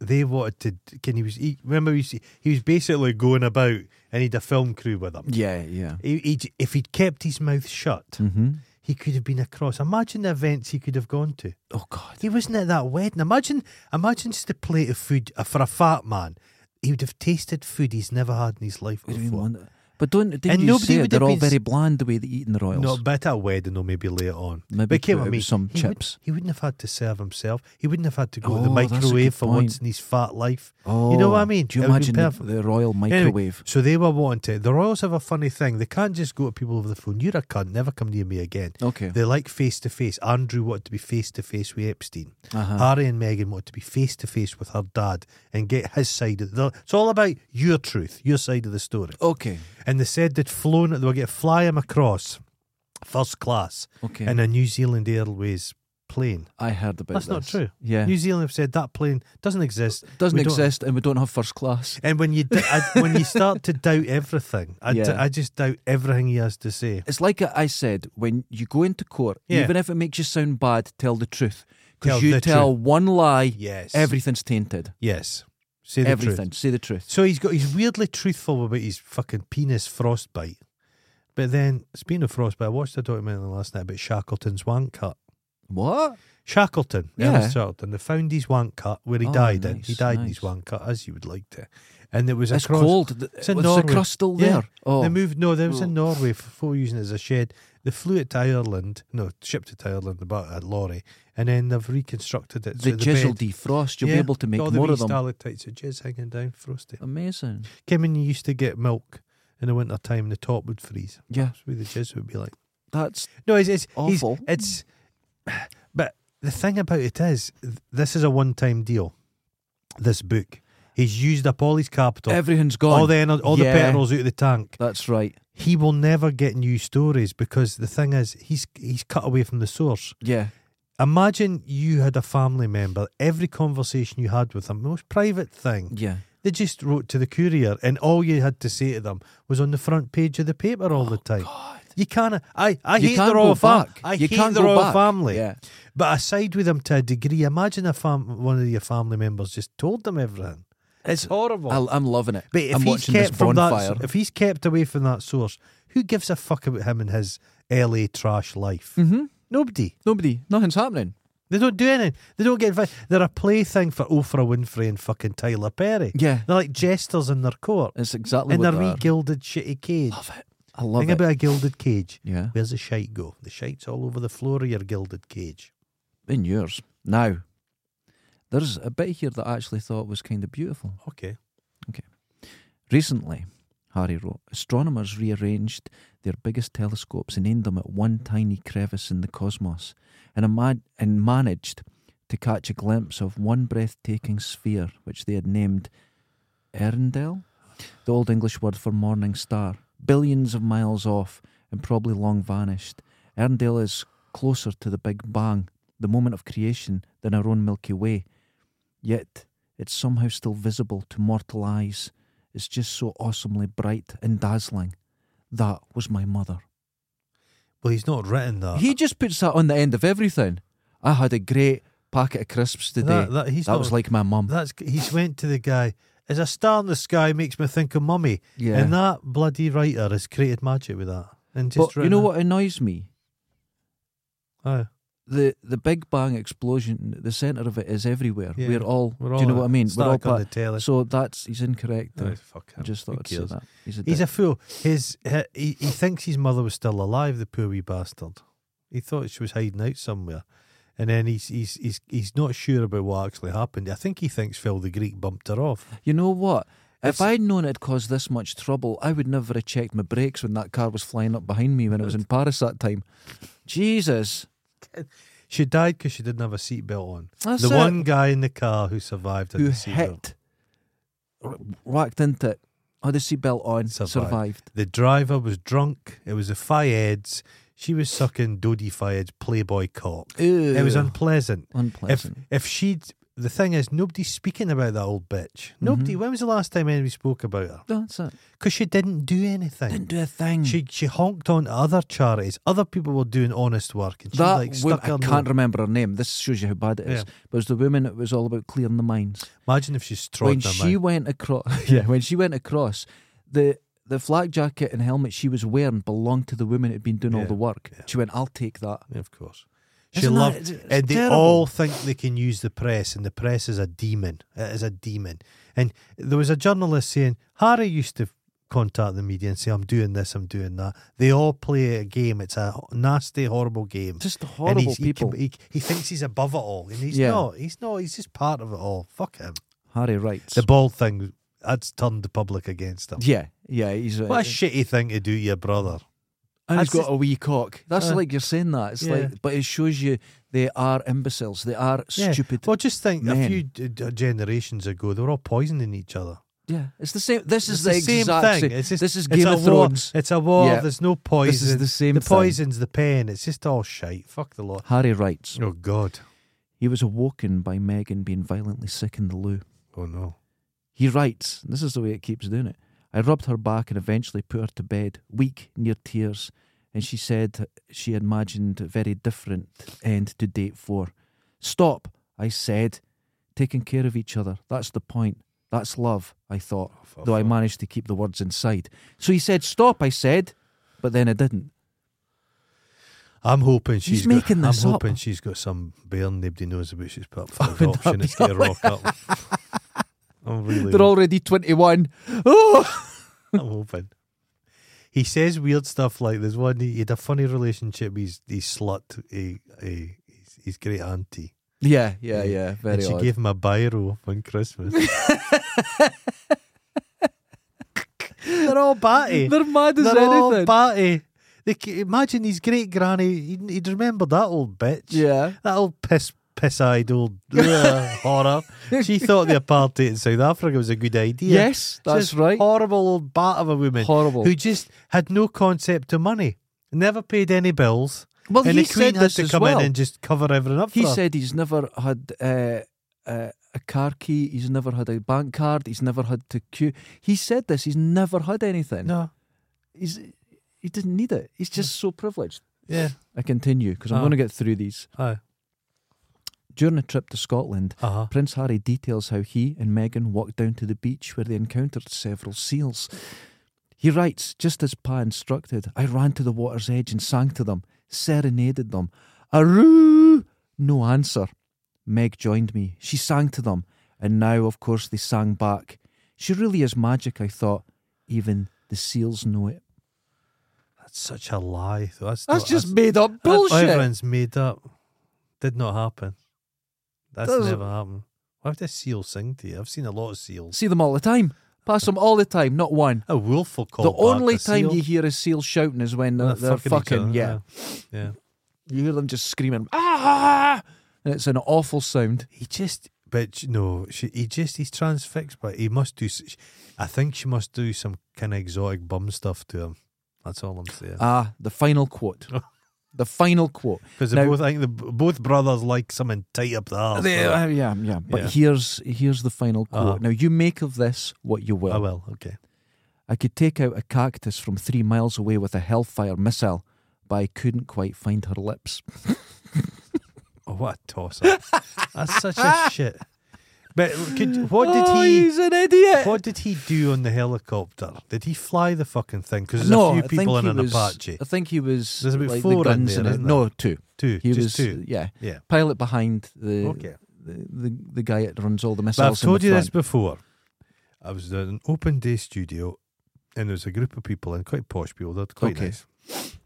Speaker 1: they wanted to. Can he was? He, remember, he was, he was basically going about, and he had a film crew with him.
Speaker 2: yeah. Yeah.
Speaker 1: He, he'd- if he'd kept his mouth shut,
Speaker 2: Mm-hmm.
Speaker 1: he could have been across. Imagine the events he could have gone to.
Speaker 2: Oh God.
Speaker 1: He wasn't at that wedding. Imagine, imagine just a plate of food uh, for a fat man. He would have tasted food he's never had in his life
Speaker 2: I don't even
Speaker 1: before.
Speaker 2: want that. But don't didn't
Speaker 1: And
Speaker 2: you
Speaker 1: nobody
Speaker 2: say
Speaker 1: would
Speaker 2: they're
Speaker 1: have
Speaker 2: all
Speaker 1: been s-
Speaker 2: very bland the way they eat in the royals?
Speaker 1: Not better a wedding, though, maybe later on.
Speaker 2: Maybe
Speaker 1: but came
Speaker 2: put
Speaker 1: at
Speaker 2: out
Speaker 1: me.
Speaker 2: some
Speaker 1: he wouldn't-
Speaker 2: chips.
Speaker 1: he wouldn't have had to serve himself. He wouldn't have had to go to the
Speaker 2: Oh, that's a good
Speaker 1: microwave for
Speaker 2: point.
Speaker 1: once in his fat life.
Speaker 2: Oh,
Speaker 1: you know what I mean?
Speaker 2: Do you
Speaker 1: It would've
Speaker 2: imagine
Speaker 1: been
Speaker 2: the,
Speaker 1: perfect.
Speaker 2: the royal
Speaker 1: Anyway,
Speaker 2: microwave?
Speaker 1: so they were wanting to. The royals have a funny thing. They can't just go to people over the phone. You're a cunt. Never come near me again.
Speaker 2: Okay.
Speaker 1: They like face to face. Andrew wanted to be face to face with Epstein.
Speaker 2: Uh-huh.
Speaker 1: Harry and Meghan wanted to be face to face with her dad and get his side of the. It's all about your truth, your side of the story.
Speaker 2: okay.
Speaker 1: And they said they'd flown, they were going to fly him across first class
Speaker 2: Okay.
Speaker 1: in a New Zealand Airways plane.
Speaker 2: I heard about
Speaker 1: That's not
Speaker 2: this.
Speaker 1: true.
Speaker 2: Yeah.
Speaker 1: New Zealand have said that plane doesn't exist.
Speaker 2: Doesn't
Speaker 1: We don't-
Speaker 2: exist, and we don't have first class.
Speaker 1: And when you d I when you start to doubt everything, I, d-
Speaker 2: Yeah.
Speaker 1: I just doubt everything he has to say.
Speaker 2: It's like I said when you go into court,
Speaker 1: Yeah.
Speaker 2: even if it makes you sound bad, tell the truth.
Speaker 1: Tell
Speaker 2: Because you
Speaker 1: the
Speaker 2: tell one lie,
Speaker 1: Yes.
Speaker 2: everything's tainted.
Speaker 1: Yes. Say the truth.
Speaker 2: Everything. Say the truth.
Speaker 1: So he's got he's weirdly truthful about his fucking penis frostbite. But then speaking of frostbite, I watched a documentary last night about Shackleton's wank cut.
Speaker 2: What?
Speaker 1: Shackleton,
Speaker 2: Yeah.
Speaker 1: Ernest Shackleton, they found his wank cut where he
Speaker 2: Oh,
Speaker 1: died in.
Speaker 2: nice,
Speaker 1: He died in his
Speaker 2: nice.
Speaker 1: wank cut, as you would like to. And it was
Speaker 2: It's
Speaker 1: across
Speaker 2: cold. Th-
Speaker 1: it's in
Speaker 2: Was the
Speaker 1: Norway.
Speaker 2: crust still
Speaker 1: Yeah.
Speaker 2: there? Oh,
Speaker 1: They moved. No, they was in
Speaker 2: Oh.
Speaker 1: Norway f- before using it as a shed. They flew it to Ireland. No, shipped it to Ireland about a lorry, and then they've reconstructed it.
Speaker 2: the
Speaker 1: so
Speaker 2: jizz will
Speaker 1: bed-
Speaker 2: defrost. You'll
Speaker 1: Yeah,
Speaker 2: be able to make
Speaker 1: all
Speaker 2: more
Speaker 1: the
Speaker 2: of them.
Speaker 1: Stalactites of jizz hanging down, frosty.
Speaker 2: Amazing.
Speaker 1: Came in, you used to get milk in the winter time. The top would freeze.
Speaker 2: Yeah,
Speaker 1: That's what the jizz would be like.
Speaker 2: that's
Speaker 1: No, it's it's he's-
Speaker 2: Awful.
Speaker 1: it's, but the thing about it is, th- this is a one-time deal. This book, he's used up all his capital,
Speaker 2: everything's gone.
Speaker 1: all the ener- all the
Speaker 2: Yeah.
Speaker 1: petrols out of the tank.
Speaker 2: that's right.
Speaker 1: he will never get new stories because the thing is he's he's cut away from the source.
Speaker 2: Yeah,
Speaker 1: Imagine you had a family member, every conversation you had with them, the most private thing,
Speaker 2: yeah.
Speaker 1: they just wrote to the courier and all you had to say to them was on the front page of the paper all the time.
Speaker 2: Oh, God.
Speaker 1: You can't I, I
Speaker 2: you
Speaker 1: hate
Speaker 2: can't
Speaker 1: the royal
Speaker 2: go
Speaker 1: family.
Speaker 2: back.
Speaker 1: I
Speaker 2: you
Speaker 1: hate
Speaker 2: can't
Speaker 1: the
Speaker 2: go
Speaker 1: royal
Speaker 2: back.
Speaker 1: family.
Speaker 2: Yeah,
Speaker 1: But I side with them to a degree. Imagine if fam- one of your family members just told them everything. It's horrible.
Speaker 2: I, I'm loving it.
Speaker 1: But if
Speaker 2: I'm
Speaker 1: he's
Speaker 2: watching
Speaker 1: kept
Speaker 2: this
Speaker 1: from
Speaker 2: bonfire.
Speaker 1: that, if he's kept away from that source, who gives a fuck about him and his LA trash life?
Speaker 2: mm-hmm.
Speaker 1: Nobody.
Speaker 2: Nobody, nothing's happening.
Speaker 1: They don't do anything. They don't get invited. They're a plaything for Oprah Winfrey and fucking Tyler Perry.
Speaker 2: Yeah,
Speaker 1: They're like jesters in their court,
Speaker 2: it's exactly
Speaker 1: in
Speaker 2: what
Speaker 1: their
Speaker 2: they
Speaker 1: wee
Speaker 2: are.
Speaker 1: gilded shitty cage.
Speaker 2: Love it. I love
Speaker 1: Think
Speaker 2: it.
Speaker 1: about a gilded cage.
Speaker 2: yeah,
Speaker 1: Where's the shite go? The shite's all over the floor of your gilded cage.
Speaker 2: in yours now. There's a bit here that I actually thought was kind of beautiful.
Speaker 1: Okay.
Speaker 2: Recently, Harry wrote, astronomers rearranged their biggest telescopes and aimed them at one tiny crevice in the cosmos and, ima- and managed to catch a glimpse of one breathtaking sphere which they had named Erendel, the Old English word for morning star, billions of miles off and probably long vanished. Erendale is closer to the Big Bang, the moment of creation, than our own Milky Way. Yet, it's somehow still visible to mortal eyes. It's just so awesomely bright and dazzling. That was my mother.
Speaker 1: Well, he's not written that.
Speaker 2: He just puts that on the end of everything. I had a great packet of crisps today.
Speaker 1: that,
Speaker 2: That,
Speaker 1: that, he's not,
Speaker 2: was like my mum.
Speaker 1: that's he's went to the guy. As a star in the sky makes me think of mummy.
Speaker 2: Yeah.
Speaker 1: And that bloody writer has created magic with that. And just
Speaker 2: but you know
Speaker 1: written
Speaker 2: what annoys me?
Speaker 1: it. Aye.
Speaker 2: The the Big Bang explosion, the centre of it is everywhere.
Speaker 1: Yeah.
Speaker 2: We're all,
Speaker 1: We're
Speaker 2: do you know
Speaker 1: all
Speaker 2: what I mean? We're all
Speaker 1: static on
Speaker 2: pa-
Speaker 1: the telly.
Speaker 2: So that's, he's incorrect.
Speaker 1: Oh,
Speaker 2: there.
Speaker 1: fuck
Speaker 2: I
Speaker 1: him.
Speaker 2: just
Speaker 1: Who
Speaker 2: thought I'd say
Speaker 1: cares?
Speaker 2: that. He's a,
Speaker 1: He's a
Speaker 2: dick.
Speaker 1: fool. His he, he thinks his mother was still alive. The poor wee bastard. He thought she was hiding out somewhere, and then he's he's he's he's not sure about what actually happened. I think he thinks Phil the Greek bumped her off.
Speaker 2: You know what?
Speaker 1: It's-
Speaker 2: If I'd known it'd caused this much trouble, I would never have checked my brakes when that car was flying up behind me when it was in Paris that time. Jesus.
Speaker 1: She died because she didn't have a seatbelt on.
Speaker 2: That's
Speaker 1: the
Speaker 2: it.
Speaker 1: one guy in the car who survived had
Speaker 2: who
Speaker 1: the seatbelt.
Speaker 2: hit, r- whacked into it, had the seatbelt on,
Speaker 1: Survived.
Speaker 2: survived.
Speaker 1: The driver was drunk. It was the Fayeds. She was sucking Dodie Fayed's Playboy cock. It was
Speaker 2: Ew.
Speaker 1: unpleasant. if
Speaker 2: unpleasant.
Speaker 1: if she'd the thing is nobody's speaking about that old bitch nobody
Speaker 2: Mm-hmm.
Speaker 1: when was the last time anybody spoke about her
Speaker 2: That's it.
Speaker 1: because she didn't do anything
Speaker 2: Didn't do a thing.
Speaker 1: she she honked on to other charities other people were doing honest work and she
Speaker 2: that
Speaker 1: like
Speaker 2: woman,
Speaker 1: stuck
Speaker 2: I
Speaker 1: her
Speaker 2: can't
Speaker 1: nose.
Speaker 2: remember her name. This shows you how bad it is.
Speaker 1: Yeah.
Speaker 2: But it was the woman that was all about clearing the mines.
Speaker 1: imagine if she's
Speaker 2: when
Speaker 1: trod her
Speaker 2: she
Speaker 1: she...
Speaker 2: went across, yeah, when she went across, the the flak jacket and helmet she was wearing belonged to the woman who'd been doing
Speaker 1: Yeah,
Speaker 2: all the work. She went, "I'll take that."
Speaker 1: of course she
Speaker 2: Isn't that-
Speaker 1: loved
Speaker 2: it's- it's
Speaker 1: and they
Speaker 2: terrible.
Speaker 1: all think they can use the press and the press is a demon it is a demon and there was a journalist saying Harry used to contact the media and say I'm doing this I'm doing that they all play a game it's a nasty horrible game
Speaker 2: Just
Speaker 1: And
Speaker 2: horrible
Speaker 1: he's- he can-
Speaker 2: people.
Speaker 1: He, he thinks he's above it all, and he's
Speaker 2: Yeah.
Speaker 1: not. He's not. He's just part of it all. Fuck him.
Speaker 2: Harry writes,
Speaker 1: The bald thing that's turned the public against him.
Speaker 2: "Yeah, yeah, he's
Speaker 1: What a shitty thing to do to your brother.
Speaker 2: and he's
Speaker 1: that's
Speaker 2: got a wee cock." That's
Speaker 1: Uh,
Speaker 2: like you're saying that. It's
Speaker 1: yeah.
Speaker 2: like, but it shows you they are imbeciles. They are
Speaker 1: Yeah.
Speaker 2: stupid.
Speaker 1: Well, just think a
Speaker 2: men.
Speaker 1: few d- d- generations ago, they were all poisoning each other.
Speaker 2: Yeah, it's the same. This
Speaker 1: It's
Speaker 2: is the, exact
Speaker 1: same thing.
Speaker 2: same.
Speaker 1: It's just-
Speaker 2: this is
Speaker 1: it's
Speaker 2: Game
Speaker 1: a
Speaker 2: of
Speaker 1: war.
Speaker 2: Thrones.
Speaker 1: It's a war.
Speaker 2: Yeah.
Speaker 1: There's no poison.
Speaker 2: This is the same
Speaker 1: The
Speaker 2: thing.
Speaker 1: poison's the pain. It's just all shite. Fuck the lot.
Speaker 2: Harry writes,
Speaker 1: Oh God.
Speaker 2: he was awoken by Megan being violently sick in the loo.
Speaker 1: Oh no.
Speaker 2: He writes, and this is the way it keeps doing it. I rubbed her back and eventually put her to bed, weak, near tears, and she said she imagined a very different end to date for. Stop, I said. Taking care of each other. That's the point. That's love, I thought, though I managed to keep the words inside. So he said, Stop, I said, but then I didn't.
Speaker 1: I'm hoping she's got-
Speaker 2: making this
Speaker 1: I'm
Speaker 2: up.
Speaker 1: hoping she's got some bear nobody knows about she's put up for
Speaker 2: Opened up,
Speaker 1: adoption. It's got
Speaker 2: yeah.
Speaker 1: to rock up. I'm really
Speaker 2: They're already 21. Oh!
Speaker 1: I'm hoping. He says weird stuff like there's one he had a funny relationship. with his his slut, a a his, his great auntie,
Speaker 2: Yeah,
Speaker 1: Yeah.
Speaker 2: yeah, yeah.
Speaker 1: and
Speaker 2: Very
Speaker 1: she
Speaker 2: odd.
Speaker 1: gave him a biro on Christmas. They're all batty.
Speaker 2: They're mad as
Speaker 1: They're all
Speaker 2: anything.
Speaker 1: batty. They, c- imagine his great granny. He'd, he'd remember that old bitch.
Speaker 2: yeah.
Speaker 1: That old piss piss eyed old ugh, horror. She thought the apartheid in South Africa was a good idea.
Speaker 2: Yes, that's
Speaker 1: Just
Speaker 2: right.
Speaker 1: Horrible old bat of a woman.
Speaker 2: Horrible.
Speaker 1: Who just had no concept of money. Never paid any bills.
Speaker 2: well,
Speaker 1: and
Speaker 2: he
Speaker 1: the Queen
Speaker 2: said
Speaker 1: had
Speaker 2: this
Speaker 1: to
Speaker 2: as
Speaker 1: come
Speaker 2: well.
Speaker 1: in and just cover everything up
Speaker 2: he
Speaker 1: for her.
Speaker 2: said he's never had uh, uh, a car key. He's never had a bank card. He's never had to queue. He said this. He's never had anything.
Speaker 1: No.
Speaker 2: He's, he didn't need it. He's just so privileged.
Speaker 1: Yeah.
Speaker 2: I continue because I'm
Speaker 1: Ah.
Speaker 2: going to get through these.
Speaker 1: Aye.
Speaker 2: During a trip to Scotland,
Speaker 1: Uh-huh.
Speaker 2: Prince Harry details how he and Meghan walked down to the beach where they encountered several seals. He writes, just as Pa instructed, I ran to the water's edge and sang to them, serenaded them. Aroo! No answer. Meg joined me. She sang to them, and now, of course, they sang back. She really is magic, I thought. Even the seals know it.
Speaker 1: That's such a lie. Though. That's,
Speaker 2: That's
Speaker 1: not-
Speaker 2: just made up
Speaker 1: that-
Speaker 2: bullshit.
Speaker 1: Everyone's made up. Did not happen. That's
Speaker 2: Doesn't-
Speaker 1: never happened. Why would a seal sing to you? I've seen a lot of seals.
Speaker 2: See them all the time. Pass them all the time, not one.
Speaker 1: A wolf will call
Speaker 2: the
Speaker 1: back
Speaker 2: only
Speaker 1: a
Speaker 2: time
Speaker 1: seal.
Speaker 2: you hear a seal shouting is when they're, they're
Speaker 1: each
Speaker 2: fucking,
Speaker 1: other,
Speaker 2: yeah.
Speaker 1: yeah. Yeah.
Speaker 2: You hear them just screaming, ah! And it's an awful sound.
Speaker 1: He just, but you know, she, he just, he's transfixed by. it. He must do. s- I think she must do some kind of exotic bum stuff to him. That's all I'm saying.
Speaker 2: Ah, the final quote. the final quote.
Speaker 1: Because they
Speaker 2: now-
Speaker 1: both, I think, the, both brothers like something tight up the arse.
Speaker 2: They-
Speaker 1: don't
Speaker 2: uh, yeah, yeah. But
Speaker 1: Yeah.
Speaker 2: here's here's the final quote.
Speaker 1: Uh-huh.
Speaker 2: Now you make of this what you
Speaker 1: they?
Speaker 2: will.
Speaker 1: I will. Oh, Okay.
Speaker 2: I could take out a cactus from three miles away with a hellfire missile, but I couldn't quite find her lips.
Speaker 1: Oh, what a toss up! That's such a shit. But could, what did
Speaker 2: Oh,
Speaker 1: he?
Speaker 2: He's an idiot.
Speaker 1: What did he do on the helicopter? Did he fly the fucking thing? Because there's
Speaker 2: no,
Speaker 1: a few
Speaker 2: I
Speaker 1: people in
Speaker 2: think he
Speaker 1: an
Speaker 2: was,
Speaker 1: Apache.
Speaker 2: I think he was.
Speaker 1: There's about
Speaker 2: like,
Speaker 1: four in
Speaker 2: the guns
Speaker 1: there,
Speaker 2: and it-
Speaker 1: isn't there?
Speaker 2: no two.
Speaker 1: Two,
Speaker 2: He
Speaker 1: just
Speaker 2: was uh,
Speaker 1: two.
Speaker 2: yeah
Speaker 1: Yeah.
Speaker 2: pilot behind the
Speaker 1: Okay.
Speaker 2: the, the, the guy that runs all the
Speaker 1: But I've
Speaker 2: missiles. in the
Speaker 1: told you this
Speaker 2: front.
Speaker 1: before. I was at an open day studio, and there was a group of people, and quite posh people. They're quite
Speaker 2: Okay.
Speaker 1: nice. And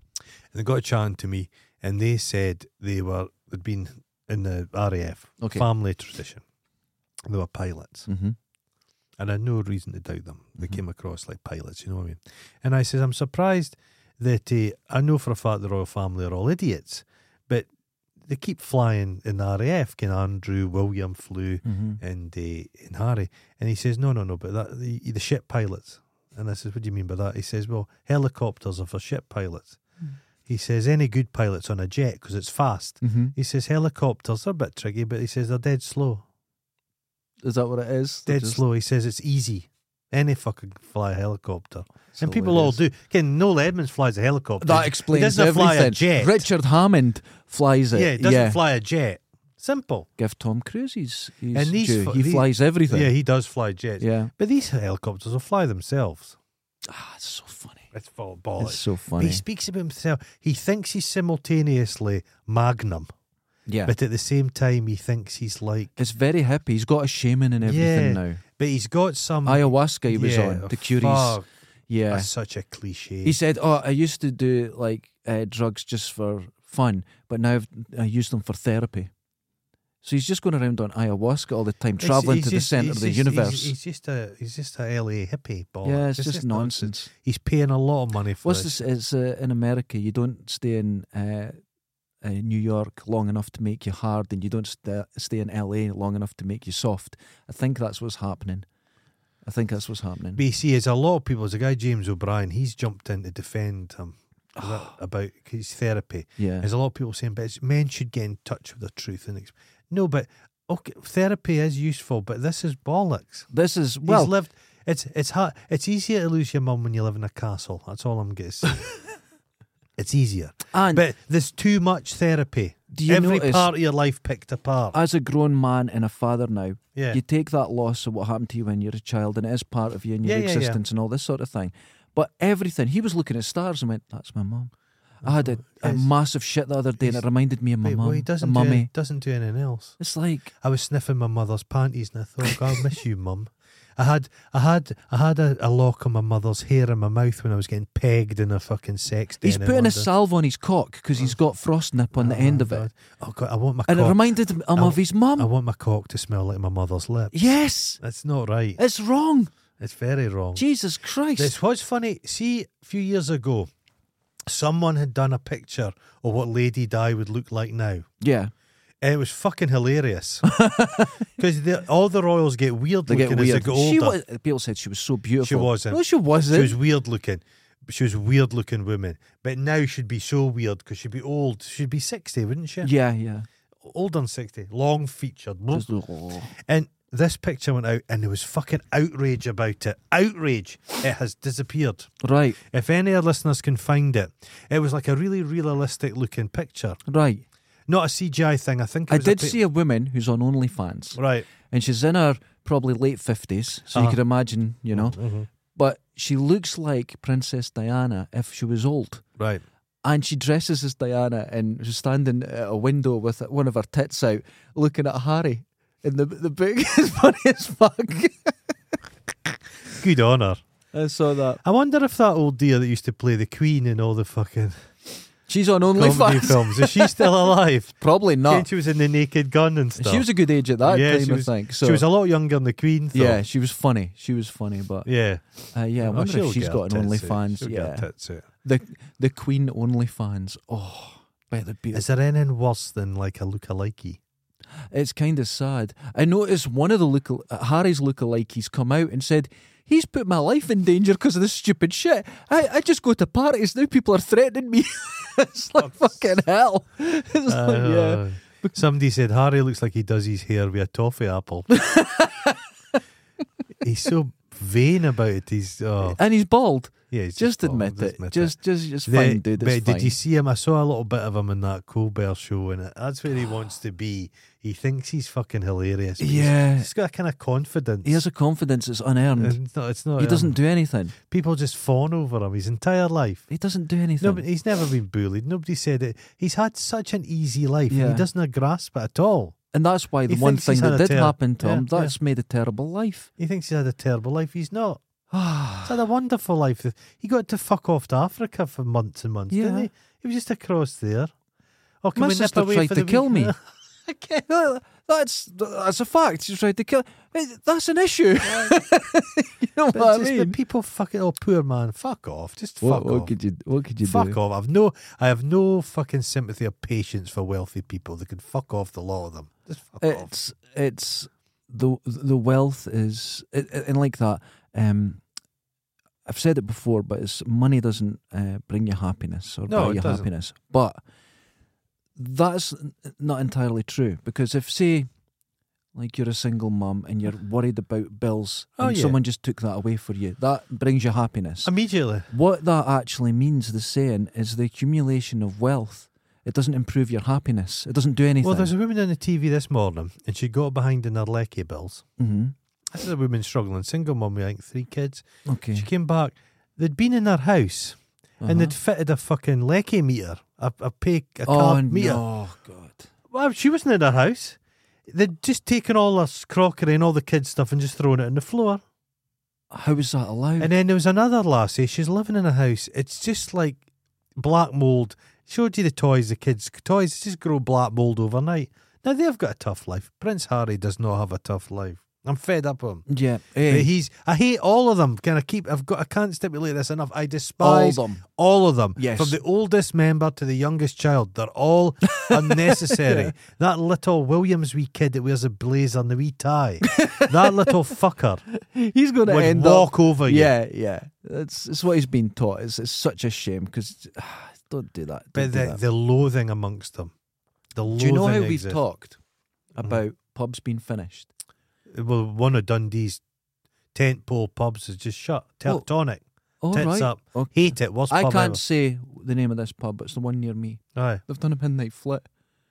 Speaker 1: they got chatting to me, and they said they were they'd been in the RAF
Speaker 2: Okay.
Speaker 1: family tradition. They were pilots,
Speaker 2: Mhm.
Speaker 1: and I had no reason to doubt them. They
Speaker 2: Mhm.
Speaker 1: came across like pilots, you know what I mean? And I says, I'm surprised that uh, I know for a fact the royal family are all idiots, but they keep flying in the RAF. Can Andrew William flew?
Speaker 2: Mhm.
Speaker 1: and uh, and Harry, and he says, "No, no, no, but that the, the ship pilots." And I says, "What do you mean by that?" He says, "Well, helicopters are for ship pilots."
Speaker 2: Hmm.
Speaker 1: He says, "Any good pilot's on a jet because it's fast."
Speaker 2: Mhm.
Speaker 1: He says, "Helicopters are a bit tricky, but he says they're dead slow,
Speaker 2: Is that what it is?
Speaker 1: dead
Speaker 2: Just-
Speaker 1: slow." He says it's easy. Any fucking fly a helicopter,
Speaker 2: it's
Speaker 1: and people all
Speaker 2: hilarious.
Speaker 1: do. Ken Noel Edmonds flies a helicopter.
Speaker 2: That
Speaker 1: he
Speaker 2: explains
Speaker 1: doesn't
Speaker 2: everything.
Speaker 1: fly a jet.
Speaker 2: Richard Hammond flies it.
Speaker 1: yeah, he doesn't fly a jet. Simple.
Speaker 2: Give Tom Cruise his, his
Speaker 1: And these
Speaker 2: due.
Speaker 1: fu-
Speaker 2: he
Speaker 1: these-
Speaker 2: flies everything.
Speaker 1: Yeah, he does fly jets.
Speaker 2: yeah.
Speaker 1: But these helicopters will fly themselves.
Speaker 2: Ah, it's so funny.
Speaker 1: It's full of bollocks.
Speaker 2: It's so
Speaker 1: But
Speaker 2: funny.
Speaker 1: He speaks about himself. He thinks he's simultaneously Magnum,
Speaker 2: yeah.
Speaker 1: but at the same time he thinks he's like.
Speaker 2: it's very hippie. He's got a shaman and everything
Speaker 1: Yeah.
Speaker 2: now.
Speaker 1: But he's got some.
Speaker 2: Ayahuasca he was
Speaker 1: Yeah,
Speaker 2: on. The Curies.
Speaker 1: fuck,
Speaker 2: Yeah.
Speaker 1: That's such a cliche.
Speaker 2: He said, "Oh, I used to do like uh, drugs just for fun, but now I've, I use them for therapy." So he's just going around on ayahuasca all the time,
Speaker 1: It's-
Speaker 2: traveling
Speaker 1: he's
Speaker 2: to the
Speaker 1: just-
Speaker 2: center
Speaker 1: he's
Speaker 2: of the
Speaker 1: just-
Speaker 2: universe.
Speaker 1: He's, he's just a he's just a LA hippie ball.
Speaker 2: yeah, it's, just, nonsense.
Speaker 1: He's paying a lot of money for
Speaker 2: What's
Speaker 1: this.
Speaker 2: this? It's uh, in America. You don't stay in uh, uh, New York long enough to make you hard, and you don't sta stay in LA long enough to make you soft. I think that's what's happening. I think that's what's happening.
Speaker 1: BC is a lot of people. There's a guy James O'Brien. He's jumped in to defend him is that about his therapy.
Speaker 2: yeah,
Speaker 1: There's a lot of people saying, but it's, men should get in touch with the truth. And exp-. no, but okay, therapy is useful, but this is bollocks.
Speaker 2: this is
Speaker 1: Well,
Speaker 2: well.
Speaker 1: He's lived. It's it's hard. It's easier to lose your mum when you live in a castle. That's all I'm getting. it's easier,
Speaker 2: and
Speaker 1: but there's too much therapy.
Speaker 2: Do you
Speaker 1: Every
Speaker 2: notice,
Speaker 1: part of your life picked apart.
Speaker 2: as a grown man and a father now,
Speaker 1: yeah.
Speaker 2: you take that loss of what happened to you when you're a child and it is part of you and your
Speaker 1: Yeah, yeah, yeah.
Speaker 2: existence and all this sort of thing. But everything, he was looking at stars and went, That's my mum. I had a, a
Speaker 1: Oh, It's-
Speaker 2: massive shit the other day and it
Speaker 1: he's-
Speaker 2: reminded me of my
Speaker 1: Wait, well, he
Speaker 2: mum. the
Speaker 1: doesn't do,
Speaker 2: mummy.
Speaker 1: any- doesn't do anything else.
Speaker 2: It's like,
Speaker 1: I was sniffing my mother's panties and I thought, God, I miss you, mum. I had I had I had a, a lock of my mother's hair in my mouth when I was getting pegged in a fucking sex den.
Speaker 2: he's
Speaker 1: in
Speaker 2: putting
Speaker 1: London.
Speaker 2: a salve on his cock because he's got frost nip on the
Speaker 1: Oh,
Speaker 2: end of it.
Speaker 1: God. Oh God, I want my
Speaker 2: And it
Speaker 1: cock. Oh,
Speaker 2: reminded him
Speaker 1: I-
Speaker 2: of his
Speaker 1: I
Speaker 2: mum.
Speaker 1: want my cock to smell like my mother's lips.
Speaker 2: Yes,
Speaker 1: That's not right.
Speaker 2: it's wrong.
Speaker 1: It's very wrong.
Speaker 2: Jesus Christ.
Speaker 1: Oh. This was funny. See, a few years ago, someone had done a picture of what Lady Di would look like now.
Speaker 2: yeah,
Speaker 1: And It was fucking hilarious because all the royals get weird
Speaker 2: they get
Speaker 1: looking as they
Speaker 2: weird.
Speaker 1: get older.
Speaker 2: She was, people said she was so beautiful.
Speaker 1: wasn't.
Speaker 2: No, she
Speaker 1: She
Speaker 2: wasn't.
Speaker 1: was weird looking. She was a weird looking woman, but now she'd be so weird because she'd be old. She'd be sixty, wouldn't she?
Speaker 2: yeah, yeah.
Speaker 1: Older than sixty, long featured.
Speaker 2: Just- oh.
Speaker 1: And this picture went out, and there was fucking outrage about it. Outrage! It has disappeared.
Speaker 2: Right,
Speaker 1: If any of our listeners can find it, it was like a really realistic looking picture,
Speaker 2: right.
Speaker 1: not a CGI thing. I think it
Speaker 2: I
Speaker 1: was a
Speaker 2: did
Speaker 1: pic-
Speaker 2: see a woman who's on OnlyFans,
Speaker 1: right.
Speaker 2: and she's in her probably late 50s, so you
Speaker 1: Uh-huh.
Speaker 2: could imagine, you know.
Speaker 1: Mhm.
Speaker 2: But she looks like Princess Diana if she was old.
Speaker 1: Right.
Speaker 2: And she dresses as Diana and she's standing at a window with one of her tits out looking at Harry. And the, the book is funny as fuck.
Speaker 1: Good honour.
Speaker 2: I saw that.
Speaker 1: I wonder if that old dear that used to play the Queen in all the fucking
Speaker 2: She's on
Speaker 1: comedy
Speaker 2: OnlyFans.
Speaker 1: films is she still alive?
Speaker 2: Probably
Speaker 1: Saying
Speaker 2: not.
Speaker 1: She was in the Naked Gun and stuff.
Speaker 2: She was a good age at that
Speaker 1: Yeah,
Speaker 2: time,
Speaker 1: she was-
Speaker 2: I think. So
Speaker 1: she was a lot younger than the Queen. Though.
Speaker 2: yeah, she was funny. She was funny, but
Speaker 1: Yeah.
Speaker 2: uh, yeah, I
Speaker 1: Oh,
Speaker 2: wonder
Speaker 1: she'll
Speaker 2: if she's
Speaker 1: get
Speaker 2: got
Speaker 1: her
Speaker 2: an
Speaker 1: tits out.
Speaker 2: OnlyFans.
Speaker 1: She'll get her
Speaker 2: Yeah,
Speaker 1: tits out.
Speaker 2: the the Queen OnlyFans. Oh, by the beautiful.
Speaker 1: Is there anything worse than like a lookalikey?
Speaker 2: It's kind of sad. I noticed one of the look uh, Harry's lookalikes come out and said. He's put my life in danger because of this stupid shit. I, I just go to parties now. People are threatening me. it's like fucking hell. It's like, yeah.
Speaker 1: Uh, Somebody said Harry looks like he does his hair with a toffee apple. he's so vain about it. He's oh
Speaker 2: And he's bald.
Speaker 1: yeah. He's
Speaker 2: Just
Speaker 1: bald,
Speaker 2: admit it.
Speaker 1: admit
Speaker 2: Just, just, just
Speaker 1: The-
Speaker 2: fine, dude. It's
Speaker 1: but did you
Speaker 2: fine.
Speaker 1: see him? I saw a little bit of him in that Colbert show, and that's where he wants to be. He thinks he's fucking hilarious. but he's-
Speaker 2: Yeah.
Speaker 1: he's got a kind of confidence.
Speaker 2: He has a confidence that's unearned.
Speaker 1: It's not. It's not
Speaker 2: He
Speaker 1: um,
Speaker 2: doesn't do anything.
Speaker 1: People just fawn over him his entire life.
Speaker 2: He doesn't do anything.
Speaker 1: No, but he's never been bullied. Nobody said it. He's had such an easy life. and
Speaker 2: Yeah.
Speaker 1: he doesn't grasp it at all.
Speaker 2: and that's why the
Speaker 1: he
Speaker 2: one
Speaker 1: thinks he's
Speaker 2: thing that
Speaker 1: had a
Speaker 2: did
Speaker 1: tear.
Speaker 2: happen to
Speaker 1: Yeah,
Speaker 2: him, that's made a terrible life. Ah.
Speaker 1: He thinks he's had a terrible life. He's not. He's had a wonderful life. He got to fuck off to Africa for months and months, didn't
Speaker 2: Yeah.
Speaker 1: he? He was just across there. Oh, can
Speaker 2: My
Speaker 1: we nip
Speaker 2: sister
Speaker 1: away
Speaker 2: tried
Speaker 1: for
Speaker 2: to
Speaker 1: the
Speaker 2: kill
Speaker 1: week-
Speaker 2: me. That- that's that's a fact. She tried to kill. That's an issue. you know
Speaker 1: But
Speaker 2: what I
Speaker 1: just the
Speaker 2: mean?
Speaker 1: people fucking oh poor man, fuck off. Just fuck
Speaker 2: What, what
Speaker 1: off.
Speaker 2: could you? What could you
Speaker 1: Fuck
Speaker 2: do?
Speaker 1: off. I've no I have no fucking sympathy or patience for wealthy people. They can fuck off the lot of them. Just fuck off.
Speaker 2: It's it's the the wealth is it, it- and like that. Um, I've said it before, but it's money doesn't uh, bring you happiness or
Speaker 1: No,
Speaker 2: buy
Speaker 1: it
Speaker 2: you
Speaker 1: doesn't.
Speaker 2: happiness. But that's n- not entirely true because if say. Like you're a single mum and you're worried about bills,
Speaker 1: Oh,
Speaker 2: and
Speaker 1: yeah.
Speaker 2: someone just took that away for you. That brings you happiness.
Speaker 1: Immediately.
Speaker 2: What that actually means, the saying, is the accumulation of wealth. It doesn't improve your happiness. It doesn't do anything.
Speaker 1: Well, there's a woman on the TV this morning and she got behind in her lecky bills.
Speaker 2: hmm
Speaker 1: This is a woman struggling, single mum with I think three kids.
Speaker 2: Okay.
Speaker 1: She came back. They'd been in her house and
Speaker 2: Uh-huh.
Speaker 1: they'd fitted a fucking lecky meter, a, a pay a
Speaker 2: Oh
Speaker 1: carb meter.
Speaker 2: no, God!
Speaker 1: Well, she wasn't in her house. They'd just taken all her crockery and all the kids' stuff and just thrown it on the floor.
Speaker 2: How is that allowed?
Speaker 1: And then there was another lassie. She's living in a house. It's just like black mold. Showed you the toys, the kids' toys just grow black mold overnight. Now they've got a tough life. Prince Harry does not have a tough life. I'm fed up with him.
Speaker 2: yeah, hey,
Speaker 1: He's. I hate all of them. Can I keep? I've got. I can't stipulate this enough. I
Speaker 2: all
Speaker 1: despise
Speaker 2: of them.
Speaker 1: all of them,
Speaker 2: Yes.
Speaker 1: from the oldest member to the youngest child, they're all unnecessary. That little Williams wee kid that wears a blazer and the wee tie, that little fucker
Speaker 2: He's going to
Speaker 1: would
Speaker 2: end
Speaker 1: walk
Speaker 2: up.
Speaker 1: over you.
Speaker 2: yeah, yeah. That's it's what he's been taught. It's, it's such a shame because don't do that. Don't
Speaker 1: But
Speaker 2: do
Speaker 1: the,
Speaker 2: that.
Speaker 1: the loathing amongst them. The loathing
Speaker 2: do you know how we've
Speaker 1: exists.
Speaker 2: talked
Speaker 1: Mm-hmm.
Speaker 2: about pubs being finished?
Speaker 1: Well, one of Dundee's tentpole pubs is just shut.
Speaker 2: Well,
Speaker 1: Tectonic.
Speaker 2: Oh. All right.
Speaker 1: tits up.
Speaker 2: Okay.
Speaker 1: Hate it. Worst
Speaker 2: I
Speaker 1: pub
Speaker 2: can't say the name of this pub. It's the one near me.
Speaker 1: ever. Aye.
Speaker 2: They've done a midnight flit.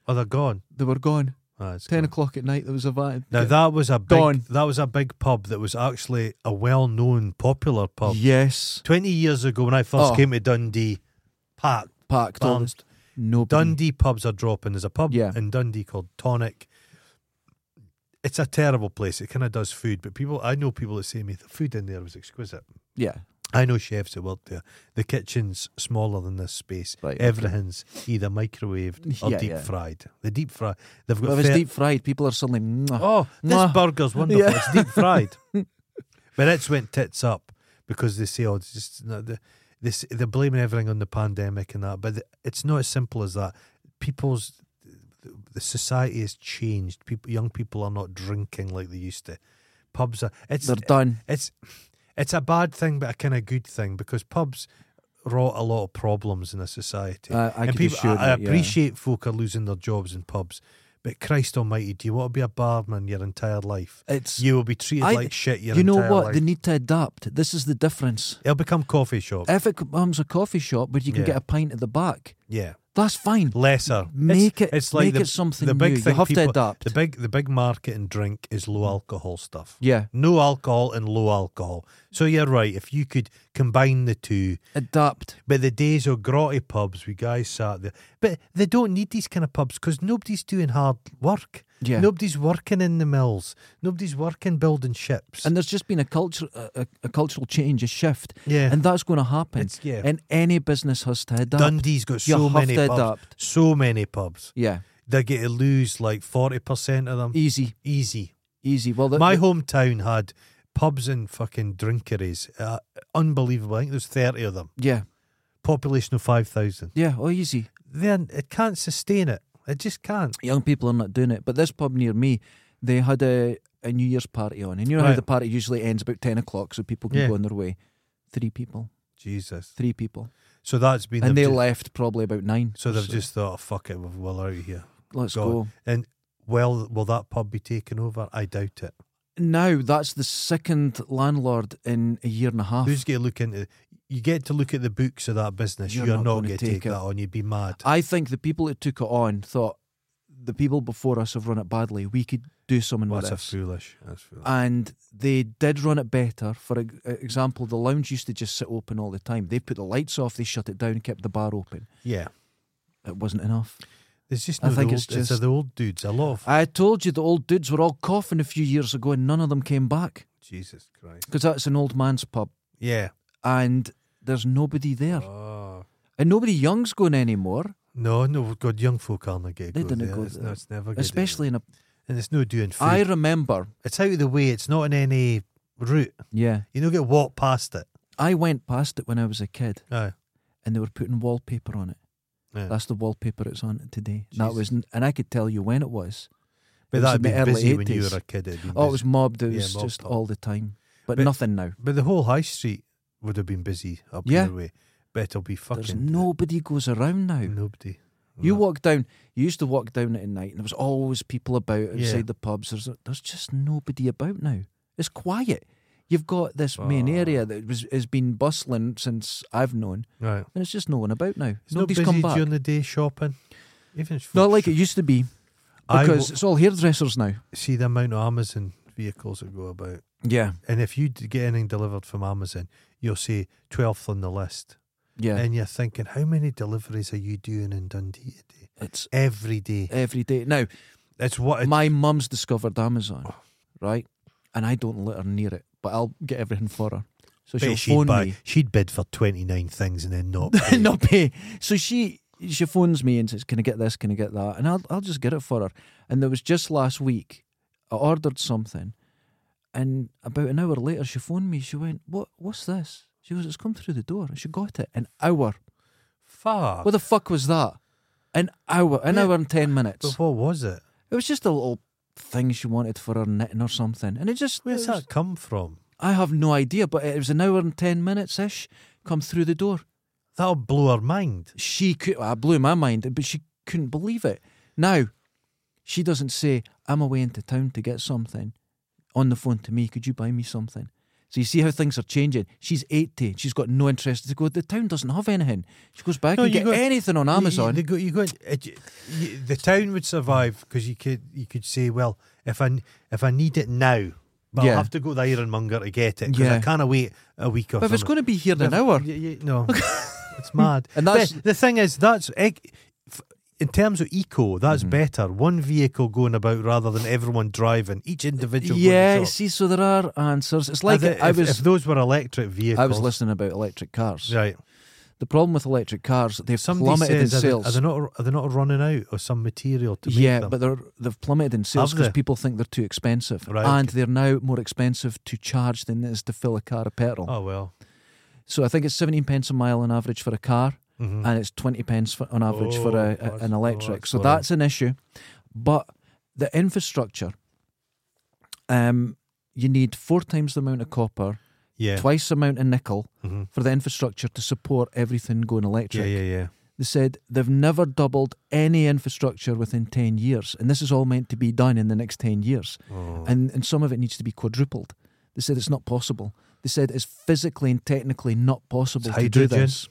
Speaker 1: Oh, they're gone.
Speaker 2: They were gone.
Speaker 1: Ah, it's
Speaker 2: Ten
Speaker 1: gone.
Speaker 2: o'clock at night, there was a van.
Speaker 1: Now that was a big
Speaker 2: Gone.
Speaker 1: that was a big pub that was actually a well-known popular pub.
Speaker 2: yes,
Speaker 1: Twenty years ago, when I first
Speaker 2: Oh.
Speaker 1: came to Dundee, packed,
Speaker 2: packed on.
Speaker 1: bounced.
Speaker 2: No
Speaker 1: Dundee pubs are dropping. There's a pub
Speaker 2: Yeah.
Speaker 1: in Dundee called Tonic. It's a terrible place. It kind of does food, but people I know people that say to me the food in there was exquisite.
Speaker 2: Yeah,
Speaker 1: I know chefs that work there. The kitchen's smaller than this space.
Speaker 2: Right, okay.
Speaker 1: Everything's either microwaved or
Speaker 2: Yeah,
Speaker 1: deep
Speaker 2: yeah.
Speaker 1: fried. The deep fry. They've
Speaker 2: but
Speaker 1: got
Speaker 2: if it's
Speaker 1: fair-
Speaker 2: deep fried, people are suddenly. "Mwah."
Speaker 1: Oh, this
Speaker 2: Mwah.
Speaker 1: burger's wonderful.
Speaker 2: Yeah.
Speaker 1: It's deep fried. but it's went tits up because they say, oh, it's just no, the, this, they're blaming everything on the pandemic and that. But th- it's not as simple as that. People's the society has changed. People, young people are not drinking like they used to. Pubs are. It's
Speaker 2: they're done.
Speaker 1: it's it's a bad thing, but a kind of good thing because pubs wrought a lot of problems in a society.
Speaker 2: I- I
Speaker 1: and
Speaker 2: could
Speaker 1: people,
Speaker 2: assure
Speaker 1: I, I
Speaker 2: that, yeah.
Speaker 1: appreciate folk are losing their jobs in pubs, but Christ Almighty, do you want to be a barman your entire life?
Speaker 2: It's
Speaker 1: You will be treated
Speaker 2: I-
Speaker 1: like shit. Your
Speaker 2: you know
Speaker 1: entire
Speaker 2: what?
Speaker 1: life.
Speaker 2: They need to adapt. This is the difference.
Speaker 1: It'll become coffee shop.
Speaker 2: If it becomes a coffee shop, but you can
Speaker 1: Yeah.
Speaker 2: get a pint at the back,
Speaker 1: yeah,
Speaker 2: that's fine.
Speaker 1: lesser. It's-
Speaker 2: Make it- make
Speaker 1: the-
Speaker 2: it something
Speaker 1: the big
Speaker 2: new. You
Speaker 1: Thing
Speaker 2: have to
Speaker 1: people,
Speaker 2: adapt.
Speaker 1: The big the big market in drink is low alcohol stuff.
Speaker 2: Yeah,
Speaker 1: No alcohol and low alcohol. So you're right. If you could combine the two,
Speaker 2: adapt.
Speaker 1: But the days of grotty pubs, we guys sat there. But they don't need these kind of pubs because nobody's doing hard work.
Speaker 2: Yeah.
Speaker 1: Nobody's working in the mills. Nobody's working building ships.
Speaker 2: And there's just been a culture, a, a- a cultural change, a shift,
Speaker 1: yeah.
Speaker 2: and that's going to happen.
Speaker 1: It's- yeah.
Speaker 2: And any business has to adapt.
Speaker 1: Dundee's got
Speaker 2: You
Speaker 1: so
Speaker 2: have
Speaker 1: many
Speaker 2: to
Speaker 1: pubs.
Speaker 2: adapt.
Speaker 1: So many pubs.
Speaker 2: Yeah,
Speaker 1: They get to lose like 40% of them.
Speaker 2: easy,
Speaker 1: Easy.
Speaker 2: easy. Well, the,
Speaker 1: My
Speaker 2: the-
Speaker 1: hometown had pubs and fucking drinkeries. Uh, unbelievable. I think there's 30 of them.
Speaker 2: yeah,
Speaker 1: Population of 5,000.
Speaker 2: yeah. Oh, easy.
Speaker 1: Then it can't sustain it. It just can't.
Speaker 2: young people are not doing it. But this pub near me, they had a, a New Year's party on. And you know how
Speaker 1: Right.
Speaker 2: the party usually ends about 10 o'clock so people can
Speaker 1: Yeah.
Speaker 2: go on their way? Three people.
Speaker 1: Jesus.
Speaker 2: Three people.
Speaker 1: So that's been
Speaker 2: and
Speaker 1: the
Speaker 2: they left probably about nine.
Speaker 1: So they've just thought, oh, fuck it, we're well out of here.
Speaker 2: Let's
Speaker 1: gone.
Speaker 2: go.
Speaker 1: And well, will that pub be taken over? I doubt it.
Speaker 2: Now, that's the second landlord in a year and a half.
Speaker 1: Who's going to look into? You get to look at the books of that business. You're,
Speaker 2: You're
Speaker 1: not,
Speaker 2: not gonna
Speaker 1: going to
Speaker 2: take
Speaker 1: take
Speaker 2: it. Ah,
Speaker 1: that on. You'd be mad.
Speaker 2: I think the people that took it on thought the people before us have run it badly. We could do something
Speaker 1: Well,
Speaker 2: with
Speaker 1: that's a
Speaker 2: this.
Speaker 1: foolish. That's foolish.
Speaker 2: and they did run it better. For e- example, the lounge used to just sit open all the time. They put the lights off, they shut it down, kept the bar open.
Speaker 1: yeah,
Speaker 2: It wasn't enough.
Speaker 1: there's just.
Speaker 2: I
Speaker 1: No, the
Speaker 2: think
Speaker 1: old,
Speaker 2: it's
Speaker 1: a-
Speaker 2: just-
Speaker 1: the old dudes. A lot of
Speaker 2: I told you the old dudes were all coughing a few years ago and none of them came back
Speaker 1: Jesus Christ.
Speaker 2: because that's an old man's pub
Speaker 1: Yeah.
Speaker 2: and there's nobody there.
Speaker 1: Oh.
Speaker 2: And nobody young's going anymore,
Speaker 1: No, no, God, young folk aren't going
Speaker 2: They
Speaker 1: to go
Speaker 2: dunno
Speaker 1: there.
Speaker 2: go
Speaker 1: it's,
Speaker 2: there.
Speaker 1: No, it's never Oh, good.
Speaker 2: especially in a.
Speaker 1: and it's no doing food.
Speaker 2: I remember,
Speaker 1: It's out of the way. It's not in any route.
Speaker 2: yeah,
Speaker 1: You don't get walked past it.
Speaker 2: I went past it when I was a kid
Speaker 1: Aye.
Speaker 2: and they were putting wallpaper on it.
Speaker 1: Yeah.
Speaker 2: That's the wallpaper it's on today. That was, and I could tell you when it was.
Speaker 1: But
Speaker 2: It was
Speaker 1: that'd
Speaker 2: in
Speaker 1: be
Speaker 2: the early
Speaker 1: busy when you
Speaker 2: 80s.
Speaker 1: were a kid. it'd be
Speaker 2: Oh, it
Speaker 1: busy.
Speaker 2: was mobbed. It
Speaker 1: Mm. Yeah,
Speaker 2: was
Speaker 1: mobbed
Speaker 2: just
Speaker 1: pub.
Speaker 2: all the time, but,
Speaker 1: But-
Speaker 2: nothing now.
Speaker 1: But the whole high street would have been busy up
Speaker 2: Yeah.
Speaker 1: your way. But it'll be
Speaker 2: There's
Speaker 1: fucking
Speaker 2: nobody goes around now.
Speaker 1: nobody.
Speaker 2: You
Speaker 1: No.
Speaker 2: walk down. You used to walk down it at night, and there was always people about outside
Speaker 1: Yeah.
Speaker 2: the pubs. There's there's just nobody about now. It's quiet. You've got this main
Speaker 1: Ah.
Speaker 2: area that was has been bustling since I've known,
Speaker 1: right.
Speaker 2: and it's just no one about now.
Speaker 1: It's
Speaker 2: Nobody's
Speaker 1: not busy
Speaker 2: come back.
Speaker 1: during the day shopping. Even if
Speaker 2: Not
Speaker 1: folks
Speaker 2: like it
Speaker 1: shop-
Speaker 2: used to be
Speaker 1: I
Speaker 2: because
Speaker 1: wa-
Speaker 2: it's all hairdressers now.
Speaker 1: see the amount of Amazon vehicles that go about,
Speaker 2: Yeah,
Speaker 1: and if you d- get anything delivered from Amazon, you'll see twelfth on the list,
Speaker 2: yeah.
Speaker 1: and you're thinking, how many deliveries are you doing in Dundee today?
Speaker 2: it's
Speaker 1: Every day.
Speaker 2: every day now.
Speaker 1: It's Oh. what. It,
Speaker 2: my mum's discovered Amazon, right? And I don't let her near it, but I'll get everything for her. So
Speaker 1: bet
Speaker 2: she'll
Speaker 1: she'd
Speaker 2: phone
Speaker 1: buy.
Speaker 2: me.
Speaker 1: She'd bid for twenty nine things and then not. pay.
Speaker 2: Not pay. So she she phones me and says, "Can I get this? Can I get that?" And I'll I'll just get it for her. And there was just last week, I ordered something, and about an hour later, she phoned me. She went, "What? What's this?" She goes, "It's come through the door." And she got it an hour.
Speaker 1: Fuck.
Speaker 2: What the fuck was that? An hour, an
Speaker 1: Yeah.
Speaker 2: hour and ten minutes.
Speaker 1: But what was it?
Speaker 2: It was just a little thing she wanted for her knitting or something, and it just
Speaker 1: Where's
Speaker 2: it was-
Speaker 1: that come from?
Speaker 2: I have no idea, but it was an hour and ten minutes ish. Come through the door.
Speaker 1: That'll blow her mind.
Speaker 2: She could. I blew my mind, but she couldn't believe it. Now, she doesn't say I'm away into town to get something. On the phone to me, could you buy me something? So you see how things are changing. She's 80. She's got no interest. They go, the town doesn't have anything. She goes, but I
Speaker 1: No,
Speaker 2: can
Speaker 1: you
Speaker 2: get
Speaker 1: got-
Speaker 2: anything on Amazon.
Speaker 1: You, you, go- you go, it, you, the town would survive because you could you could say, well, if I if I need it now, but
Speaker 2: Yeah.
Speaker 1: I'll have to go to the ironmonger to get it because I
Speaker 2: Yeah.
Speaker 1: can't wait a week or
Speaker 2: but if it's
Speaker 1: something.
Speaker 2: going to be here in an
Speaker 1: If-
Speaker 2: hour,
Speaker 1: y- y- no, it's mad.
Speaker 2: And
Speaker 1: But
Speaker 2: that's-
Speaker 1: the thing is that's ec- f- in terms of eco, that's
Speaker 2: Mm-hmm.
Speaker 1: better. One vehicle going about rather than everyone driving. Each individual. going to
Speaker 2: yeah,
Speaker 1: shop.
Speaker 2: see, so there are answers. It's
Speaker 1: I
Speaker 2: like
Speaker 1: thi-
Speaker 2: I
Speaker 1: if,
Speaker 2: was
Speaker 1: if those were electric vehicles,
Speaker 2: I was listening about electric cars.
Speaker 1: Right.
Speaker 2: The problem with electric cars, they've
Speaker 1: Somebody
Speaker 2: plummeted
Speaker 1: says,
Speaker 2: in
Speaker 1: are they,
Speaker 2: sales.
Speaker 1: are they not are they not running out of some material to make
Speaker 2: yeah,
Speaker 1: them?
Speaker 2: but they're, they've plummeted in sales
Speaker 1: Have
Speaker 2: because
Speaker 1: they?
Speaker 2: people think they're too expensive,
Speaker 1: Right,
Speaker 2: and they're now more expensive to charge than it is to fill a car of petrol.
Speaker 1: oh well.
Speaker 2: So I think it's seventeen pence a mile on average for a car,
Speaker 1: Mhm.
Speaker 2: and it's twenty pence for, on average for
Speaker 1: Oh,
Speaker 2: a, a-
Speaker 1: that's-
Speaker 2: an
Speaker 1: oh,
Speaker 2: electric.
Speaker 1: that's
Speaker 2: so
Speaker 1: worrying.
Speaker 2: that's an issue, but the infrastructure. Um, you need four times the amount of copper,
Speaker 1: Yeah.
Speaker 2: twice the amount of nickel
Speaker 1: Mhm.
Speaker 2: for the infrastructure to support everything going electric.
Speaker 1: Yeah, yeah, yeah.
Speaker 2: They said they've never doubled any infrastructure within 10 years, and this is all meant to be done in the next 10 years.
Speaker 1: Oh.
Speaker 2: And, and some of it needs to be quadrupled. They said it's not possible. They said it's physically and technically not possible
Speaker 1: It's
Speaker 2: to do
Speaker 1: hydrogen.
Speaker 2: this.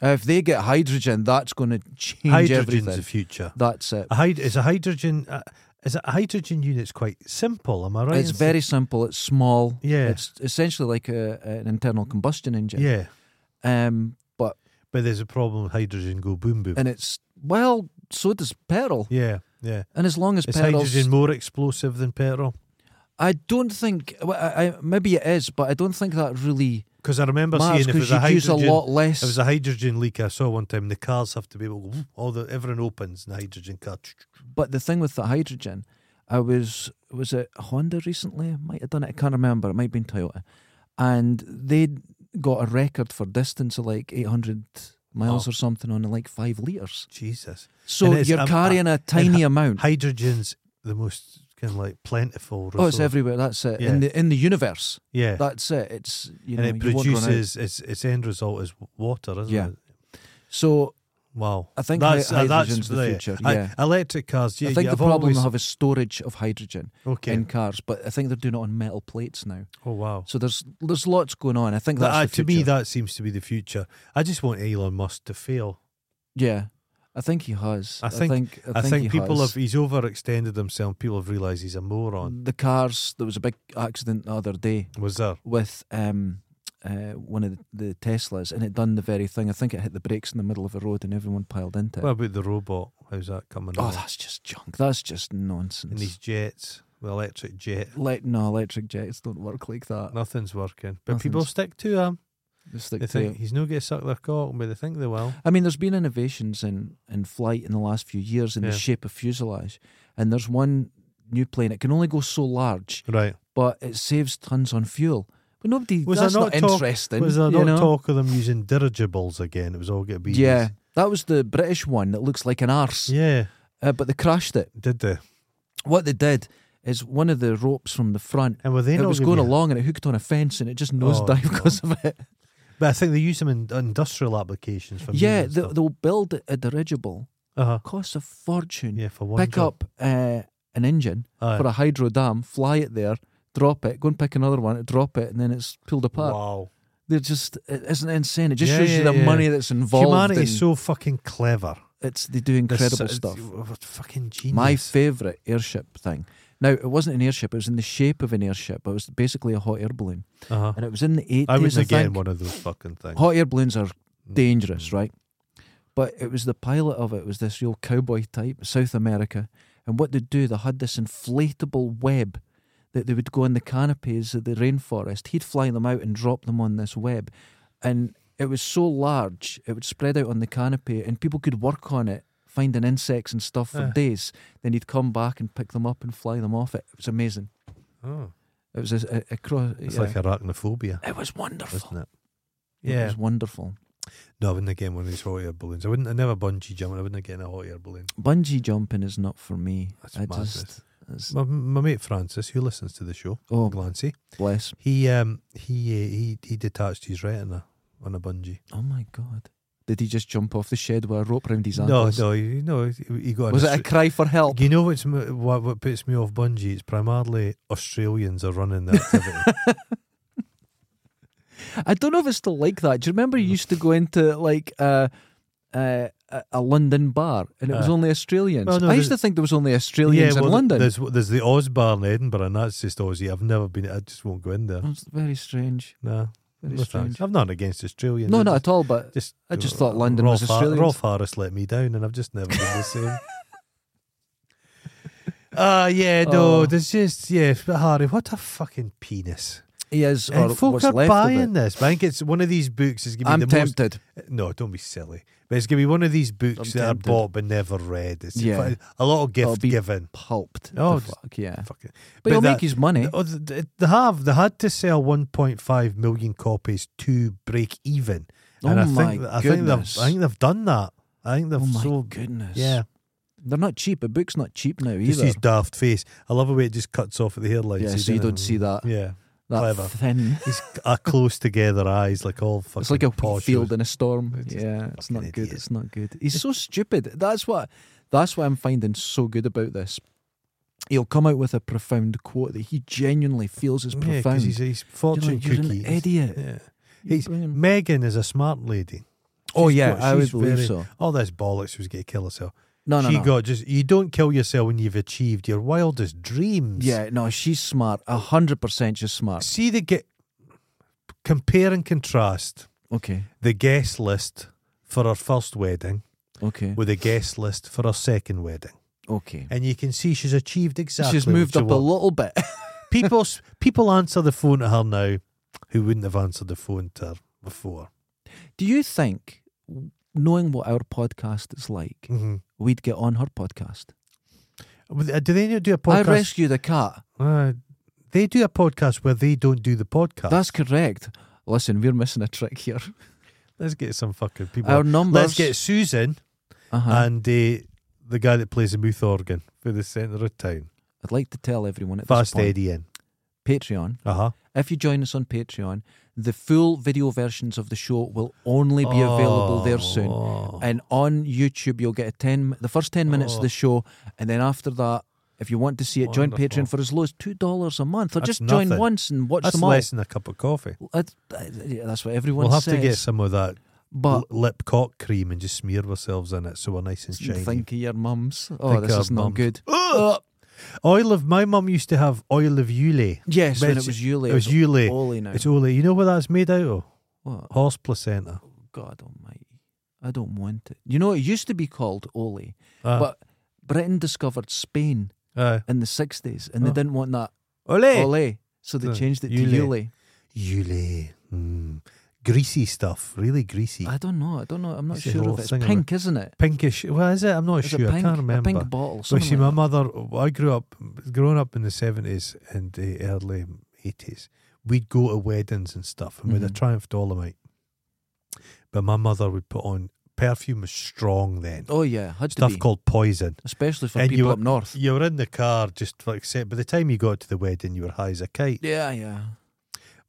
Speaker 2: If they get hydrogen, that's going to change
Speaker 1: Hydrogen's
Speaker 2: everything.
Speaker 1: the future.
Speaker 2: That's it.
Speaker 1: A hyd- is a hydrogen uh, is a hydrogen unit's quite simple. Am I right?
Speaker 2: It's
Speaker 1: in
Speaker 2: very simple. It's small.
Speaker 1: Yeah.
Speaker 2: It's essentially like a, an internal combustion
Speaker 1: saying-
Speaker 2: engine.
Speaker 1: yeah.
Speaker 2: Um, but
Speaker 1: But there's a problem. with Hydrogen go boom boom.
Speaker 2: and it's well, so does petrol.
Speaker 1: yeah, yeah.
Speaker 2: And as long as
Speaker 1: Is
Speaker 2: petrol's
Speaker 1: hydrogen more explosive than petrol?
Speaker 2: I don't think. Well, I, I, maybe it is, but I don't think that really
Speaker 1: Because I remember
Speaker 2: matters
Speaker 1: seeing if it was
Speaker 2: because you
Speaker 1: a
Speaker 2: would use a
Speaker 1: hydrogen.
Speaker 2: lot
Speaker 1: If it was
Speaker 2: less.
Speaker 1: a hydrogen leak I saw one time. The cars have to be able. All the everyone opens and the hydrogen car.
Speaker 2: but the thing with the hydrogen, I was was it Honda recently? Might have done it. I can't remember. It might have been Toyota, and they got a record for distance of like eight hundred miles
Speaker 1: Oh.
Speaker 2: or something on like five liters.
Speaker 1: Jesus.
Speaker 2: So
Speaker 1: it's,
Speaker 2: you're
Speaker 1: um,
Speaker 2: carrying a tiny amount.
Speaker 1: Hydrogen's the most kind of like plentiful.
Speaker 2: Oh, it's
Speaker 1: resource.
Speaker 2: everywhere. That's it.
Speaker 1: Yeah.
Speaker 2: In the in the universe,
Speaker 1: yeah.
Speaker 2: that's it. It's you know
Speaker 1: and it
Speaker 2: you won't run out.
Speaker 1: produces its its end result is water, isn't
Speaker 2: Yeah.
Speaker 1: it?
Speaker 2: So
Speaker 1: Wow.
Speaker 2: I think hy-
Speaker 1: uh,
Speaker 2: hydrogen's the future,
Speaker 1: I-
Speaker 2: yeah.
Speaker 1: electric cars. Yeah,
Speaker 2: I think
Speaker 1: yeah,
Speaker 2: the
Speaker 1: I've
Speaker 2: problem
Speaker 1: always-
Speaker 2: they have is storage of hydrogen.
Speaker 1: Okay.
Speaker 2: in cars, but I think they're doing it on metal plates now.
Speaker 1: oh wow.
Speaker 2: So there's there's lots going on. I think
Speaker 1: That,
Speaker 2: that's
Speaker 1: uh,
Speaker 2: the
Speaker 1: to me,
Speaker 2: future.
Speaker 1: that seems to be the future. I just want Elon Musk to fail.
Speaker 2: yeah, I think he has.
Speaker 1: I
Speaker 2: I
Speaker 1: think-
Speaker 2: think I think,
Speaker 1: I, think,
Speaker 2: he
Speaker 1: people
Speaker 2: has.
Speaker 1: have he's overextended himself. People have realised he's a moron.
Speaker 2: the cars. There was a big accident the other day
Speaker 1: Was there?
Speaker 2: with um uh one of the, the Teslas, and it done the very thing. I think it hit the brakes in the middle of a road, and everyone piled into it.
Speaker 1: What about the robot? How's that coming?
Speaker 2: oh,
Speaker 1: along?
Speaker 2: that's just junk. That's just
Speaker 1: and these
Speaker 2: nonsense.
Speaker 1: jets, the electric jet,
Speaker 2: Like no, electric jets don't work like that.
Speaker 1: nothing's working. But people
Speaker 2: Nothing's-
Speaker 1: stick to um, him.
Speaker 2: They stick
Speaker 1: They
Speaker 2: to
Speaker 1: think
Speaker 2: it.
Speaker 1: he's no going to suck their cock, but they think they will.
Speaker 2: I mean, there's been innovations in, in flight in the last few years in
Speaker 1: Yeah.
Speaker 2: the shape of fuselage. And there's one new plane, it can only go so large,
Speaker 1: Right.
Speaker 2: but it saves tons on fuel. But nobody,
Speaker 1: Was
Speaker 2: that's
Speaker 1: there
Speaker 2: not,
Speaker 1: not talk-
Speaker 2: interesting.
Speaker 1: Was there
Speaker 2: you
Speaker 1: not
Speaker 2: know?
Speaker 1: talk of them using dirigibles again? It was all going to be these-
Speaker 2: Yeah, that was the British one that looks like an arse,
Speaker 1: yeah.
Speaker 2: uh, but they crashed it.
Speaker 1: Did they?
Speaker 2: What they did is one of the ropes from the front,
Speaker 1: And were they
Speaker 2: it
Speaker 1: not
Speaker 2: was going
Speaker 1: be-
Speaker 2: along and it hooked on a fence and it just nosedived
Speaker 1: Oh, no.
Speaker 2: because of it.
Speaker 1: But I think they use them in industrial applications for
Speaker 2: yeah,
Speaker 1: means
Speaker 2: they,
Speaker 1: and stuff.
Speaker 2: they'll build a dirigible,
Speaker 1: uh-huh.
Speaker 2: costs a fortune.
Speaker 1: yeah for one
Speaker 2: pick up uh, an engine
Speaker 1: Aye.
Speaker 2: for a hydro dam, fly it there, drop it, go and pick another one, drop it, and then it's pulled apart.
Speaker 1: Wow,
Speaker 2: They're just it- isn't it insane. It just
Speaker 1: Yeah,
Speaker 2: shows you
Speaker 1: yeah,
Speaker 2: the
Speaker 1: yeah.
Speaker 2: money that's involved.
Speaker 1: humanity
Speaker 2: and
Speaker 1: is so fucking clever.
Speaker 2: it's they do
Speaker 1: This-
Speaker 2: incredible
Speaker 1: it's-
Speaker 2: stuff.
Speaker 1: it's Fucking genius.
Speaker 2: My favourite airship thing. Now it wasn't an airship; it was in the shape of an airship. But it was basically a hot air balloon,
Speaker 1: uh-huh.
Speaker 2: and it was in the eighties.
Speaker 1: I was again
Speaker 2: think.
Speaker 1: one of those fucking things.
Speaker 2: Hot air balloons are
Speaker 1: mm-hmm.
Speaker 2: dangerous, right? But it was the pilot of it was this real cowboy type, South America, and what they'd do, they had this inflatable web that they would go in the canopies of the rainforest. He'd fly them out and drop them on this web, and it was so large it would spread out on the canopy, and people could work on it, finding insects and stuff for
Speaker 1: Yeah.
Speaker 2: days. Then he'd come back and pick them up and fly them off it. It was amazing.
Speaker 1: Oh,
Speaker 2: It was a, a, a cross.
Speaker 1: it's
Speaker 2: yeah.
Speaker 1: like arachnophobia,
Speaker 2: it was wonderful.
Speaker 1: isn't it?
Speaker 2: It
Speaker 1: Yeah.
Speaker 2: was wonderful.
Speaker 1: No, I wouldn't again one of these hot air balloons. I wouldn't. I never bungee jumped. I wouldn't again a hot air balloon.
Speaker 2: bungee jumping is not for me.
Speaker 1: That's
Speaker 2: I
Speaker 1: madness.
Speaker 2: just it's-
Speaker 1: My, my mate Francis, who listens to the show,
Speaker 2: oh
Speaker 1: Glancy,
Speaker 2: bless.
Speaker 1: he um he uh, he he detached his retina on a bungee.
Speaker 2: Oh my god. Did he just jump off the shed with a rope round his
Speaker 1: No,
Speaker 2: ankles?
Speaker 1: no, he, no. He, he got. on
Speaker 2: Was
Speaker 1: a
Speaker 2: it a
Speaker 1: str-
Speaker 2: cry for help?
Speaker 1: You know what's m- what what puts me off bungee? It's primarily Australians are running the activity.
Speaker 2: I don't know if it's still like that. Do you remember you used to go into like uh, uh, a a London bar and it was
Speaker 1: Uh,
Speaker 2: only Australians?
Speaker 1: well, no,
Speaker 2: I used to
Speaker 1: there's-
Speaker 2: think there was only Australians in
Speaker 1: well,
Speaker 2: London.
Speaker 1: There's, there's the Oz bar in Edinburgh, and that's just Aussie. I've never been. I just won't go in there.
Speaker 2: That's very strange.
Speaker 1: No,
Speaker 2: Hmm. Very
Speaker 1: no
Speaker 2: strange.
Speaker 1: thanks. I've nothing against Australians.
Speaker 2: No,
Speaker 1: I
Speaker 2: not
Speaker 1: just-
Speaker 2: at all. But
Speaker 1: Just uh,
Speaker 2: I just thought London
Speaker 1: Rolf
Speaker 2: was
Speaker 1: Har-
Speaker 2: Australians.
Speaker 1: Rolf Harris let me down, and I've just never been the same. Ah, yeah, no,
Speaker 2: Oh.
Speaker 1: there's just yeah, but Harry, what a fucking penis!
Speaker 2: he is, or
Speaker 1: And folk
Speaker 2: what's
Speaker 1: are
Speaker 2: left
Speaker 1: buying
Speaker 2: of it.
Speaker 1: this. but I think it's one of these books is gonna
Speaker 2: I'm
Speaker 1: be the most.
Speaker 2: tempted.
Speaker 1: No, don't be silly. But it's gonna be one of these books
Speaker 2: I'm
Speaker 1: that are
Speaker 2: tempted.
Speaker 1: bought but never read. It's
Speaker 2: Yeah.
Speaker 1: yeah. a lot of
Speaker 2: It'll
Speaker 1: gift
Speaker 2: be-
Speaker 1: given.
Speaker 2: Pulped.
Speaker 1: Oh,
Speaker 2: Oh,
Speaker 1: just-
Speaker 2: fuck, yeah.
Speaker 1: Fucking.
Speaker 2: But, he'll
Speaker 1: that-
Speaker 2: make his money.
Speaker 1: Oh, th- th- they have. They had to sell 1.5 million copies to break even. And
Speaker 2: Oh
Speaker 1: I think,
Speaker 2: my
Speaker 1: I think
Speaker 2: goodness.
Speaker 1: they've, I think they've done that. I think they've
Speaker 2: oh my
Speaker 1: sold.
Speaker 2: goodness.
Speaker 1: Yeah,
Speaker 2: They're not cheap. A book's not cheap now
Speaker 1: just
Speaker 2: either.
Speaker 1: his daft face. I love the way it just cuts off at the hairline.
Speaker 2: yeah, so you don't see that.
Speaker 1: Yeah,
Speaker 2: that
Speaker 1: clever.
Speaker 2: thin.
Speaker 1: he's a close together eyes, like all fucking.
Speaker 2: It's like a wheat
Speaker 1: posh
Speaker 2: field in a storm.
Speaker 1: It's just
Speaker 2: yeah, it's
Speaker 1: fucking
Speaker 2: not good.
Speaker 1: idiot.
Speaker 2: It's not good. He's so stupid. That's what. That's what I'm finding so good about this. He'll come out with a profound quote that he genuinely feels is
Speaker 1: Yeah, because
Speaker 2: profound.
Speaker 1: he's, he's
Speaker 2: You're like,
Speaker 1: fortune
Speaker 2: you're
Speaker 1: cookie.
Speaker 2: an idiot.
Speaker 1: Yeah.
Speaker 2: You're
Speaker 1: He's-
Speaker 2: brilliant.
Speaker 1: Megan is a smart lady.
Speaker 2: oh
Speaker 1: she's
Speaker 2: yeah,
Speaker 1: got-
Speaker 2: I would
Speaker 1: she's
Speaker 2: believe
Speaker 1: very-
Speaker 2: so.
Speaker 1: All this bollocks was going to kill herself.
Speaker 2: No, no,
Speaker 1: she
Speaker 2: no.
Speaker 1: got just. You don't kill yourself when you've achieved your wildest dreams.
Speaker 2: yeah, no, she's smart. A hundred percent, she's smart.
Speaker 1: See the get. Compare and contrast
Speaker 2: Okay,
Speaker 1: the guest list for her first wedding
Speaker 2: okay,
Speaker 1: with the guest list for her second wedding,
Speaker 2: okay.
Speaker 1: and you can see she's achieved exactly.
Speaker 2: she's
Speaker 1: what
Speaker 2: moved
Speaker 1: she
Speaker 2: up a
Speaker 1: wanted.
Speaker 2: little bit.
Speaker 1: People s- people answer the phone to her now, who wouldn't have answered the phone to her before.
Speaker 2: Do you think, knowing what our podcast is like,
Speaker 1: hmm
Speaker 2: we'd get on her podcast?
Speaker 1: uh, Do they not do a
Speaker 2: I
Speaker 1: podcast?
Speaker 2: rescued a cat.
Speaker 1: Uh, they do a podcast where they don't do the podcast.
Speaker 2: That's correct. Listen, we're missing a trick here.
Speaker 1: Let's get some fucking people.
Speaker 2: Our numbers.
Speaker 1: Let's get Susan
Speaker 2: Uh-huh.
Speaker 1: and uh, the guy that plays the Muth organ for the centre of town.
Speaker 2: I'd like to tell everyone at
Speaker 1: Fast
Speaker 2: this point,
Speaker 1: Eddie in.
Speaker 2: Patreon.
Speaker 1: Uh huh.
Speaker 2: If you join us on Patreon, the full video versions of the show will only be available
Speaker 1: Oh.
Speaker 2: there soon. And on YouTube, you'll get a ten the first ten minutes of
Speaker 1: Oh.
Speaker 2: the show, and then after that, if you want to see it, join
Speaker 1: Wonderful.
Speaker 2: Patreon for as low as two dollars a month, or
Speaker 1: That's
Speaker 2: just join
Speaker 1: nothing.
Speaker 2: once and watch
Speaker 1: That's
Speaker 2: them all.
Speaker 1: less than a cup of coffee.
Speaker 2: That's, that's what everyone
Speaker 1: we'll have
Speaker 2: says.
Speaker 1: to get some of that
Speaker 2: but
Speaker 1: l- lip cock cream and just smear ourselves in it so we're nice and shiny.
Speaker 2: think of your mums. Oh,
Speaker 1: Think
Speaker 2: this
Speaker 1: of
Speaker 2: is not
Speaker 1: mums.
Speaker 2: good. Uh,
Speaker 1: Ugh. Oil of my mum used to have oil of Yule.
Speaker 2: Yes,
Speaker 1: But
Speaker 2: when it
Speaker 1: it's-
Speaker 2: was Yule.
Speaker 1: it was Yule.
Speaker 2: Oli now.
Speaker 1: It's Ole. You know what that's made out of?
Speaker 2: What?
Speaker 1: Horse placenta.
Speaker 2: Oh, God almighty. I don't want it. You know, it used to be called Oli,
Speaker 1: Uh,
Speaker 2: but Britain discovered Spain
Speaker 1: uh,
Speaker 2: in the 60s and they
Speaker 1: Oh.
Speaker 2: didn't want that
Speaker 1: Ole.
Speaker 2: Ole, so they
Speaker 1: Uh,
Speaker 2: changed it to
Speaker 1: Yule.
Speaker 2: Yule.
Speaker 1: Yule. Mm. Greasy stuff. Really greasy.
Speaker 2: I don't know. I don't know. I'm not
Speaker 1: It's the
Speaker 2: sure
Speaker 1: whole
Speaker 2: of it.
Speaker 1: thing
Speaker 2: It's
Speaker 1: of it.
Speaker 2: pink, isn't it?
Speaker 1: Pinkish. Well, is it? I'm not
Speaker 2: Is
Speaker 1: sure.
Speaker 2: it pink?
Speaker 1: I can't
Speaker 2: A
Speaker 1: remember.
Speaker 2: pink bottle.
Speaker 1: Well, you see,
Speaker 2: something
Speaker 1: my
Speaker 2: like
Speaker 1: mother, I grew up, growing up in the 70s and the early 80s, we'd go to weddings and stuff and we'd
Speaker 2: Mhm.
Speaker 1: have Triumph Dolomite. But my mother would put on, perfume was strong then,
Speaker 2: that. Oh, yeah. Had to
Speaker 1: stuff
Speaker 2: be.
Speaker 1: called poison.
Speaker 2: Especially for
Speaker 1: And you
Speaker 2: people
Speaker 1: were-
Speaker 2: up north.
Speaker 1: You were in the car, just like, say, by the time you got to the wedding, you were high as a kite.
Speaker 2: Yeah, yeah.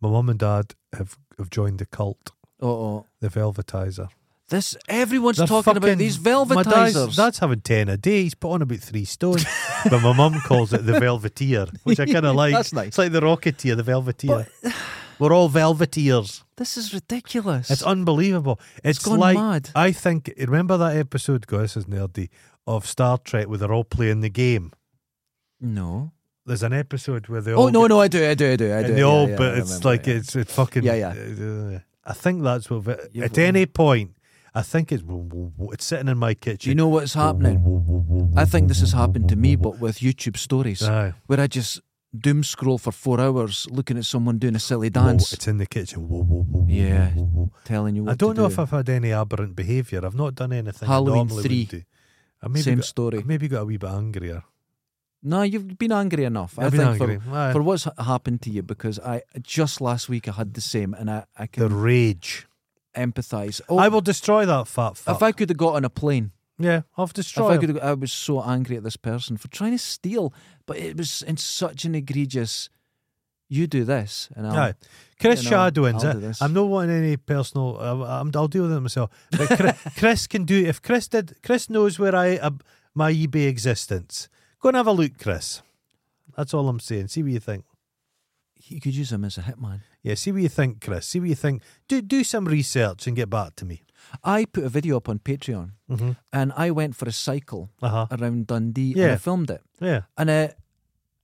Speaker 1: My mum and dad have, have joined the cult,
Speaker 2: Oh, oh.
Speaker 1: the Velvetizer.
Speaker 2: This, everyone's
Speaker 1: They're
Speaker 2: talking about
Speaker 1: fucking-
Speaker 2: these
Speaker 1: My dad's,
Speaker 2: velvetizers.
Speaker 1: dad's having 10 a day. He's put on about three stone. but my mum calls it the Velveteer, which I kind of like.
Speaker 2: That's nice.
Speaker 1: It's like the Rocketeer, the Velveteer. We're all Velveteers.
Speaker 2: This is ridiculous.
Speaker 1: It's unbelievable. It's,
Speaker 2: gone
Speaker 1: like,
Speaker 2: mad.
Speaker 1: I think, remember that episode, God, this is nerdy, of Star Trek where they're all playing the game?
Speaker 2: no.
Speaker 1: There's an episode where they all.
Speaker 2: Oh no,
Speaker 1: get-
Speaker 2: no, I do, I do, I do, I do.
Speaker 1: And they
Speaker 2: yeah,
Speaker 1: all,
Speaker 2: yeah,
Speaker 1: but
Speaker 2: I
Speaker 1: it's
Speaker 2: remember,
Speaker 1: like,
Speaker 2: yeah.
Speaker 1: it's it fucking.
Speaker 2: Yeah, yeah.
Speaker 1: uh, I think that's what. At
Speaker 2: You've-
Speaker 1: any point, I think it's it's sitting in my kitchen.
Speaker 2: Do you know what's happening? I think this has happened to me, but with YouTube stories,
Speaker 1: Aye.
Speaker 2: where I just doom scroll for four hours looking at someone doing a silly
Speaker 1: Whoa,
Speaker 2: dance,
Speaker 1: it's in the kitchen. Whoa, whoa, whoa, whoa,
Speaker 2: Yeah.
Speaker 1: whoa, whoa.
Speaker 2: telling you what
Speaker 1: I don't
Speaker 2: to
Speaker 1: know
Speaker 2: do.
Speaker 1: if I've had any aberrant behaviour. I've not done anything.
Speaker 2: Halloween
Speaker 1: I normally
Speaker 2: three.
Speaker 1: would do. I maybe
Speaker 2: Same
Speaker 1: got, I
Speaker 2: story.
Speaker 1: maybe got a wee bit angrier.
Speaker 2: No, you've been angry enough.
Speaker 1: I've been
Speaker 2: think
Speaker 1: angry. Aye.
Speaker 2: For, for what's ha- happened to you, because I just last week I had the same, and I I
Speaker 1: the
Speaker 2: can
Speaker 1: rage.
Speaker 2: empathise. Oh,
Speaker 1: I will destroy that fat fuck.
Speaker 2: if I could have got on a plane.
Speaker 1: yeah, I've
Speaker 2: If I,
Speaker 1: destroyed.
Speaker 2: could, I was so angry at this person for trying to steal, but it was in such an egregious. You do this, and I'll,
Speaker 1: Aye. Chris
Speaker 2: you know,
Speaker 1: Shadwin's
Speaker 2: I'll
Speaker 1: it.
Speaker 2: do this.
Speaker 1: I'm not wanting any personal. I, I'm, I'll deal with it myself. But Chris, Chris can do. If Chris did, Chris knows where I uh, my eBay existence. Go and have a look, Chris. That's all I'm saying. See what you think.
Speaker 2: You could use him as a hitman.
Speaker 1: Yeah, see what you think, Chris. See what you think. Do do some research and get back to me.
Speaker 2: I put a video up on Patreon
Speaker 1: Mhm.
Speaker 2: and I went for a cycle
Speaker 1: Uh huh.
Speaker 2: around Dundee and
Speaker 1: Yeah.
Speaker 2: I filmed it.
Speaker 1: Yeah.
Speaker 2: And uh,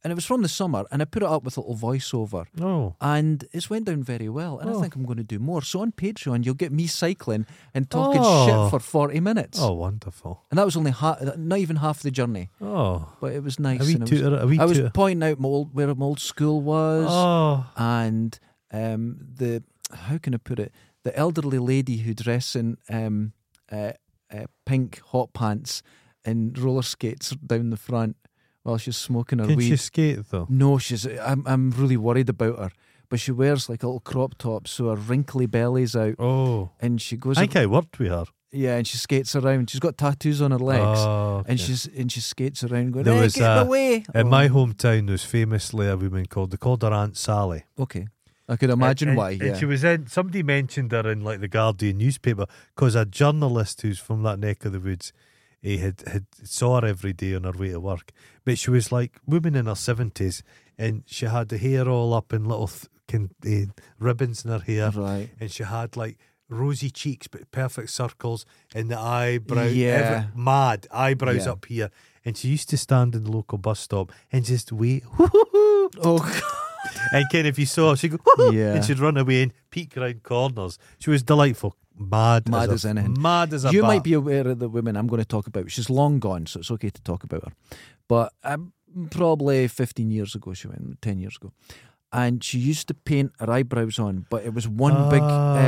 Speaker 2: and it was from the summer and I put it up with a little voiceover.
Speaker 1: Oh.
Speaker 2: And it's went down very well, and I
Speaker 1: Oh.
Speaker 2: think I'm going to do more. So on Patreon, you'll get me cycling and talking
Speaker 1: Oh.
Speaker 2: shit for 40 minutes,
Speaker 1: Oh, wonderful.
Speaker 2: and that was only ha- not even half the journey,
Speaker 1: Oh.
Speaker 2: but it was nice.
Speaker 1: A wee
Speaker 2: and it was-
Speaker 1: tutor. A wee
Speaker 2: I was
Speaker 1: tutor.
Speaker 2: pointing out my old, where my old school was,
Speaker 1: Oh.
Speaker 2: and um, the how can I put it? The elderly lady who dressed in um, uh, uh, pink hot pants and roller skates down the front while she's smoking her
Speaker 1: Can
Speaker 2: weed.
Speaker 1: she skate though?
Speaker 2: No, she's. I'm. I'm really worried about her. But she wears like a little crop top, so her wrinkly belly's out,
Speaker 1: Oh.
Speaker 2: and she goes.
Speaker 1: I think I worked with her.
Speaker 2: yeah, and she skates around. She's got tattoos on her legs,
Speaker 1: Oh,
Speaker 2: and
Speaker 1: okay.
Speaker 2: she's and she skates around going.
Speaker 1: There
Speaker 2: "Hey,
Speaker 1: was,
Speaker 2: get in
Speaker 1: uh,
Speaker 2: the way.
Speaker 1: In
Speaker 2: Oh,
Speaker 1: my hometown, there was famously a woman called they called her Aunt Sally.
Speaker 2: okay, I could imagine
Speaker 1: And-
Speaker 2: why.
Speaker 1: and-
Speaker 2: Yeah,
Speaker 1: And she was in. Somebody mentioned her in like the Guardian newspaper because a journalist who's from that neck of the woods, he had had saw her every day on her way to work. But she was like woman in her seventies, and she had the hair all up in little th- can, eh, ribbons in her hair,
Speaker 2: right.
Speaker 1: and she had like rosy cheeks but perfect circles, and the eyebrow,
Speaker 2: Yeah.
Speaker 1: every- mad eyebrows
Speaker 2: Yeah.
Speaker 1: up here. And she used to stand in the local bus stop and just wait.
Speaker 2: Oh,
Speaker 1: And Ken, if you saw her, she'd go, "Woo-hoo,"
Speaker 2: Yeah.
Speaker 1: and she'd run away and peek around corners. She was delightful. Mad,
Speaker 2: Mad
Speaker 1: as,
Speaker 2: as
Speaker 1: a,
Speaker 2: anything.
Speaker 1: Mad as a
Speaker 2: you
Speaker 1: bat.
Speaker 2: might be aware of the women I'm going to talk about. She's long gone, so it's okay to talk about her. But um, probably 15 years ago, she went 10 years ago. And she used to paint her eyebrows on, but it was one big uh,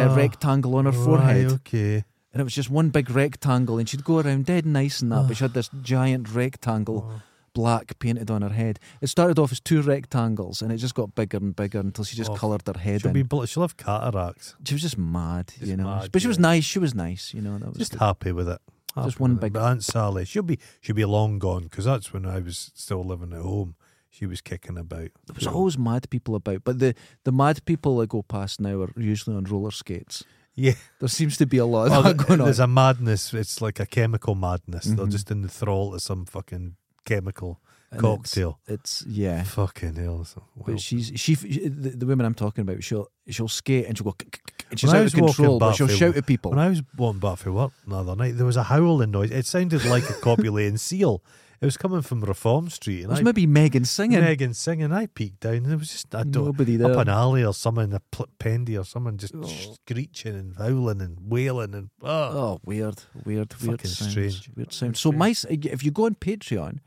Speaker 1: Ah,
Speaker 2: rectangle on her
Speaker 1: Right,
Speaker 2: forehead.
Speaker 1: okay.
Speaker 2: And it was just one big rectangle. And she'd go around dead nice and that, but she had this giant rectangle black painted on her head. It started off as two rectangles and it just got bigger and bigger until she just
Speaker 1: Oh,
Speaker 2: coloured her head
Speaker 1: She'll
Speaker 2: in.
Speaker 1: be. bl- She'll have cataracts.
Speaker 2: She was just mad,
Speaker 1: Just
Speaker 2: you know.
Speaker 1: mad,
Speaker 2: but she was
Speaker 1: yeah.
Speaker 2: nice. She was nice, you know. That was
Speaker 1: Just
Speaker 2: good.
Speaker 1: happy with it. Happy
Speaker 2: one
Speaker 1: with it.
Speaker 2: big-
Speaker 1: But Aunt Sally, she'll be she'll be long gone because that's when I was still living at home. She was kicking about.
Speaker 2: There was always mad people about, but the, the mad people that go past now are usually on roller skates.
Speaker 1: yeah.
Speaker 2: There seems to be a lot
Speaker 1: Oh,
Speaker 2: of that going on.
Speaker 1: there's a madness. It's like a chemical madness. They're
Speaker 2: Mhm.
Speaker 1: just in the thrall to some fucking chemical
Speaker 2: And
Speaker 1: cocktail.
Speaker 2: It's, it's yeah.
Speaker 1: Fucking hell. so-
Speaker 2: But
Speaker 1: well,
Speaker 2: she's she, the, the women I'm talking about. She'll she'll skate and she'll go. "K- k- k," And she's
Speaker 1: When I
Speaker 2: out
Speaker 1: was
Speaker 2: of
Speaker 1: walking
Speaker 2: control, but she'll
Speaker 1: Barfield-
Speaker 2: shout at people.
Speaker 1: When I was walking back for work the other night, there was a howling noise. It sounded like a copulating seal. It was coming from Reform Street,
Speaker 2: it
Speaker 1: and
Speaker 2: was
Speaker 1: I
Speaker 2: maybe Megan singing.
Speaker 1: Megan singing. I peeked down, and there was just I don't
Speaker 2: Nobody there.
Speaker 1: up an alley or someone, a pl- pendy or someone just
Speaker 2: Oh.
Speaker 1: screeching and howling and wailing and oh,
Speaker 2: oh, weird, weird, weird
Speaker 1: Fucking
Speaker 2: sounds.
Speaker 1: strange.
Speaker 2: Weird sounds. So my, s- if you go on Patreon,